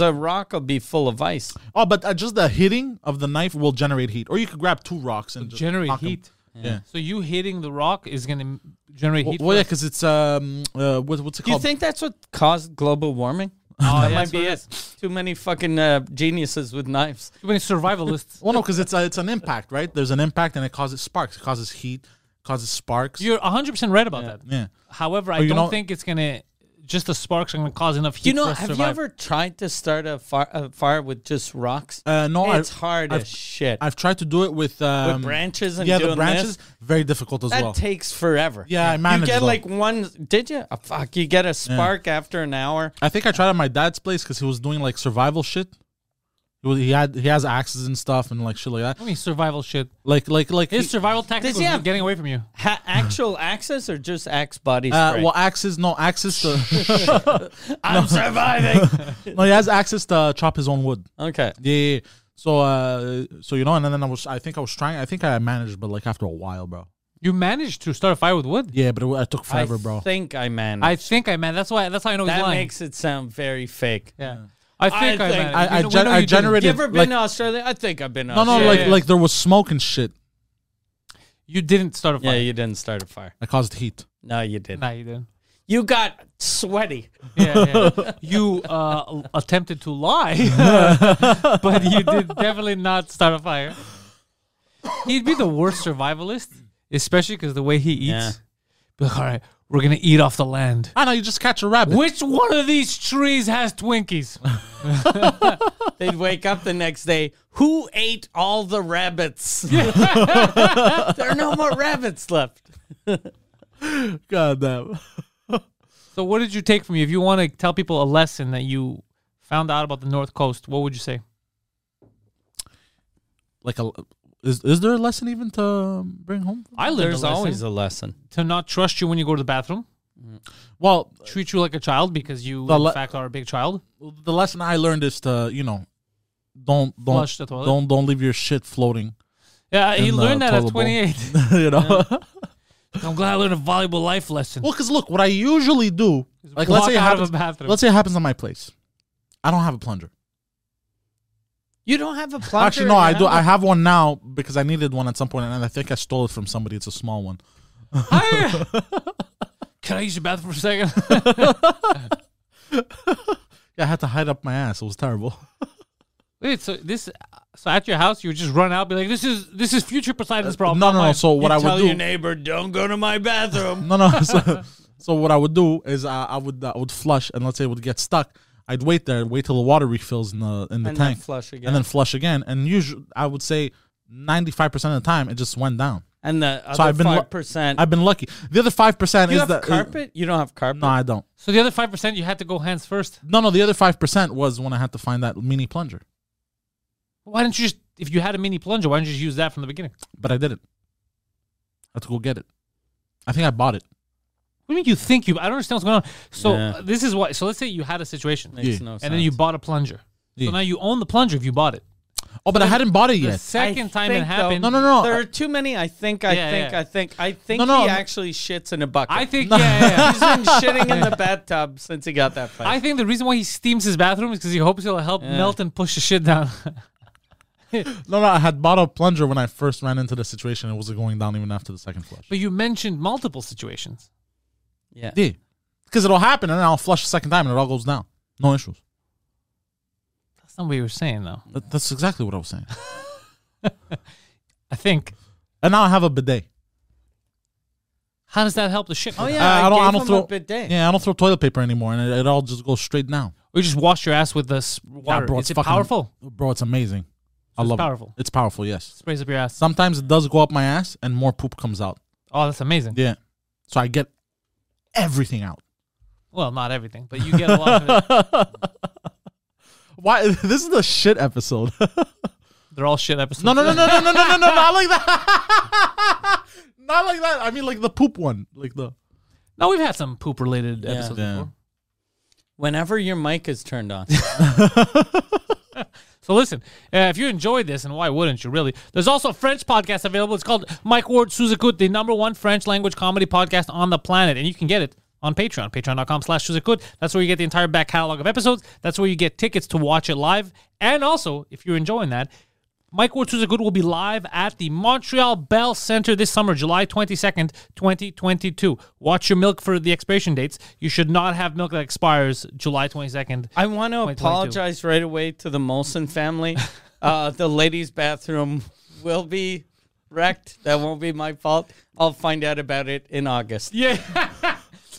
No. a rock will be full of ice. oh, but uh, just the hitting of the knife will generate heat, or you could grab two rocks and just Generate knock 'em. heat. Yeah. So you hitting the rock is gonna m- generate Well, heat. well, for yeah, us? because it's um, uh, what, what's it Do you called? think that's what caused global warming? Oh, that yeah, might that's be what it it. Too many fucking uh, geniuses with knives. Too many *laughs* survivalists. Well, no, because it's a, it's an impact, right? There's an impact, and it causes sparks. It causes heat, causes sparks. You're 100 percent right about that. yeah. However, I you don't know- think it's gonna. Just the sparks are gonna cause enough heat. Do you know? for us to Have you survive. ever tried to start a, fire a fire with just rocks? Uh, no, it's I, hard I've, as shit. I've tried to do it with um, branches and yeah, the doing branches this? very difficult as that well. takes forever. Yeah, I You managed get though. like one. Did you? Oh, fuck, you get a spark after an hour. I think I tried at my dad's place because he was doing like survival shit. He was- He had he has axes and stuff and like shit like I Oh, that. mean, survival shit. Like like like His he- survival tactic Does was he have- getting away from you. Ha- *laughs* actual axes or just axe body spray? uh, well axes no *laughs* axes to *laughs* I'm surviving. no he has axes to chop his own wood. okay. Yeah, yeah, yeah. So uh so you know and then I was I think I was trying I think I managed but like after a while bro. You managed to start a fire with wood. Yeah, but it, wa- it took forever, I bro. think I managed. I think I man. That's why. That's how I know he's that lying. makes it sound very fake. yeah. I I think I, think- managed. I- You I know- we gen- know I you didn't. generated- You ever like- been to Australia? I think I've been to No, no, Australia. like yeah. like there was smoke and shit. You didn't start a Yeah, fire. you didn't start a fire. I caused heat. No, you didn't. Nah, you didn't. You got sweaty. Yeah, yeah. *laughs* you uh, l- attempted to lie, *laughs* but you did definitely not start a fire. He'd be the worst survivalist, especially because the way he eats. Yeah. Be like, all right, we're gonna eat off the land. I know Ah, you just catch a rabbit. Which one of these trees has Twinkies? They'd wake up the next day. Who ate all the *laughs* rabbits? there are no more rabbits left. uh, God damn. so, what did you take from you? If you want to tell people a lesson that you found out about the North Coast, what would you say? Like a is is there a lesson even to bring home? I learned There's a lesson always a lesson. to not trust you when you go to the bathroom. Well, Treat you like a child because you, The in le- fact, are a big child. the lesson I learned is to you know, don't don't Flush the toilet. don't don't leave your shit floating. *laughs* Yeah, he And, uh, learned that toilet at bowl. 28. you know. I'm glad I learned a valuable life lesson. *laughs* well, because look, what I usually do, like walk let's say it out of happens, a bathroom. let's say it happens in my place, I don't have a plunger. You don't have a plunger. Actually, no, in I your do. house? I have one now because I needed one at some point, and I think I stole it from somebody. It's a small one. *laughs* Can I use your bathroom for a second? *laughs* Yeah, I had to hide up my ass. It was terrible. *laughs* Wait, so this, so at your house, you would just run out, be like, "This is this is future Poseidon's problem." no, not no, no. mine." So what You I would tell do? your neighbor, don't go to my bathroom. *laughs* No, no. So, so what I would do is I, I would I would flush, and let's say it would get stuck. I'd wait there, wait till the water refills in the in the And then tank, flush again. and then flush again. And usually, I would say ninety five percent of the time, it just went down. and the other So I've been lu- five percent. I've been lucky. The other five percent You is have the carpet? You don't have carpet. No, I don't. so the other five percent, you had to go hands first. No, no. The other five percent was when I had to find that mini plunger, Why didn't you just, if you had a mini plunger, why didn't you just use that from the beginning? but I didn't. I had to go get it. I think I bought it. What do you mean you think you? I don't understand what's going on. So Yeah. uh, this is why. So let's say you had a situation, Makes Yeah. no and then you sense. bought a plunger. Yeah. So now you own the plunger if you bought it. Oh, but I hadn't bought it The yet. second I time it think, though- happened, No, no, no. There are too many. I think. I Yeah, think. yeah. I think. I think No, no, he no. actually shits in a bucket. I think yeah, yeah, yeah. he's been shitting *laughs* in the bathtub since he got that. Place. I think the reason why he steams his bathroom is because he hopes it'll help melt and push the shit down. *laughs* No, no. I had bought a plunger when I first ran into the situation. It was going down even after the second flush. but you mentioned multiple situations. yeah. Yeah. Because it'll happen and then I'll flush a second time and it all goes down. No issues. That's not what you were saying though. That- That's exactly what I *laughs* was saying. I think. And now I have a bidet. How does that help the shit? Oh burner? yeah, Uh, I, I don't- Gave I don't him throw- a bidet. Yeah, I don't throw toilet paper anymore, and it, it all just goes straight down. Or you just wash your ass with this Yeah, water. bro, Is it fucking- powerful? Bro, it's amazing. I it's love powerful. it. It's powerful, yes. Sprays up your ass. Sometimes it does go up my ass and more poop comes out. Oh, that's amazing. Yeah. So I get everything out. Well, not everything, but you get a lot of it. Why *laughs* this is the shit *laughs* episode. They're all shit episodes. no no no no no no no no no not like that. *laughs* not like that. I mean like the poop one. Like the No, we've had some poop related episodes Yeah. before. Whenever your mic is turned on, So listen, uh, if you enjoyed this, and why wouldn't you really? There's also a French podcast available. It's called Mike Ward Suzakut, the number one French language comedy podcast on the planet, and you can get it on Patreon, patreon.com slash Suzakut. That's where you get the entire back catalog of episodes. That's where you get tickets to watch it live. And also, if you're enjoying that, Mike Ward Suzakut will be live at the Montreal Bell Center this summer, July 22nd, 2022. Watch your milk for the expiration dates. You should not have milk that expires July 22nd. I want to 2022. apologize right away to the Molson family. *laughs* uh, the ladies' bathroom will be wrecked. That won't be my fault. I'll find out about it in August. Yeah.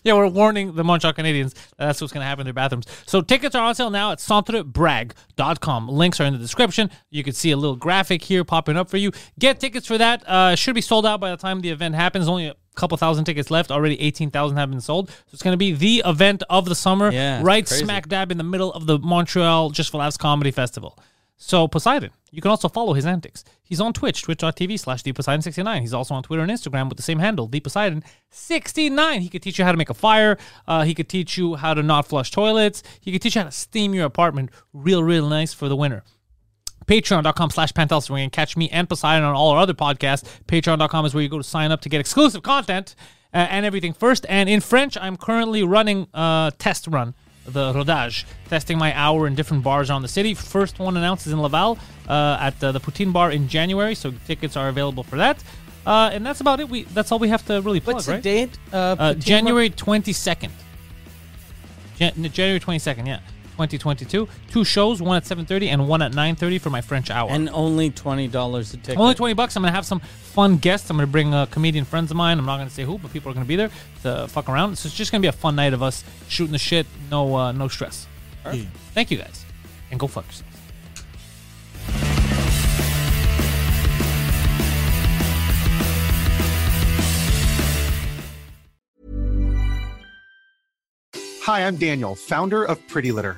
yeah, we're warning the Montreal Canadiens that that's what's going to happen in their bathrooms. So tickets are on sale now at centrebrag.com. Links are in the description. You can see a little graphic here popping up for you. Get tickets for that. Uh, should be sold out by the time the event happens. Only a couple thousand tickets left. Already 18,000 have been sold. So it's going to be the event of the summer, Yeah, it's right crazy. smack dab in the middle of the Montreal Just for Laughs Comedy Festival. So Poseidon, you can also follow his antics. He's on Twitch, twitch.tv slash theposeidon69. He's also on Twitter and Instagram with the same handle, theposeidon69. He could teach you how to make a fire. Uh, he could teach you how to not flush toilets. He could teach you how to steam your apartment real, real nice for the winter patreon.com slash pantelsaring and catch me and poseidon on all our other podcasts patreon.com is where you go to sign up to get exclusive content uh, and everything first and in french i'm currently running uh, test run the rodage testing my hour in different bars around the city first one announced is in laval uh, at uh, the poutine bar in january so tickets are available for that uh, and that's about it we that's all we have to really plug What's right the date? uh, January 22nd. Jan- no, January 22nd, yeah. 2022. Two shows, one at 7:30 and one at 9:30 for my French hour. and only twenty dollars a ticket. only 20 bucks. I'm going to have some fun guests. I'm going to bring uh, comedian friends of mine. I'm not going to say who, but people are going to be there to fuck around. So it's just going to be a fun night of us shooting the shit. No uh, no stress. Thank you guys. And go fuck yourselves. Hi, I'm Daniel, founder of Pretty Litter.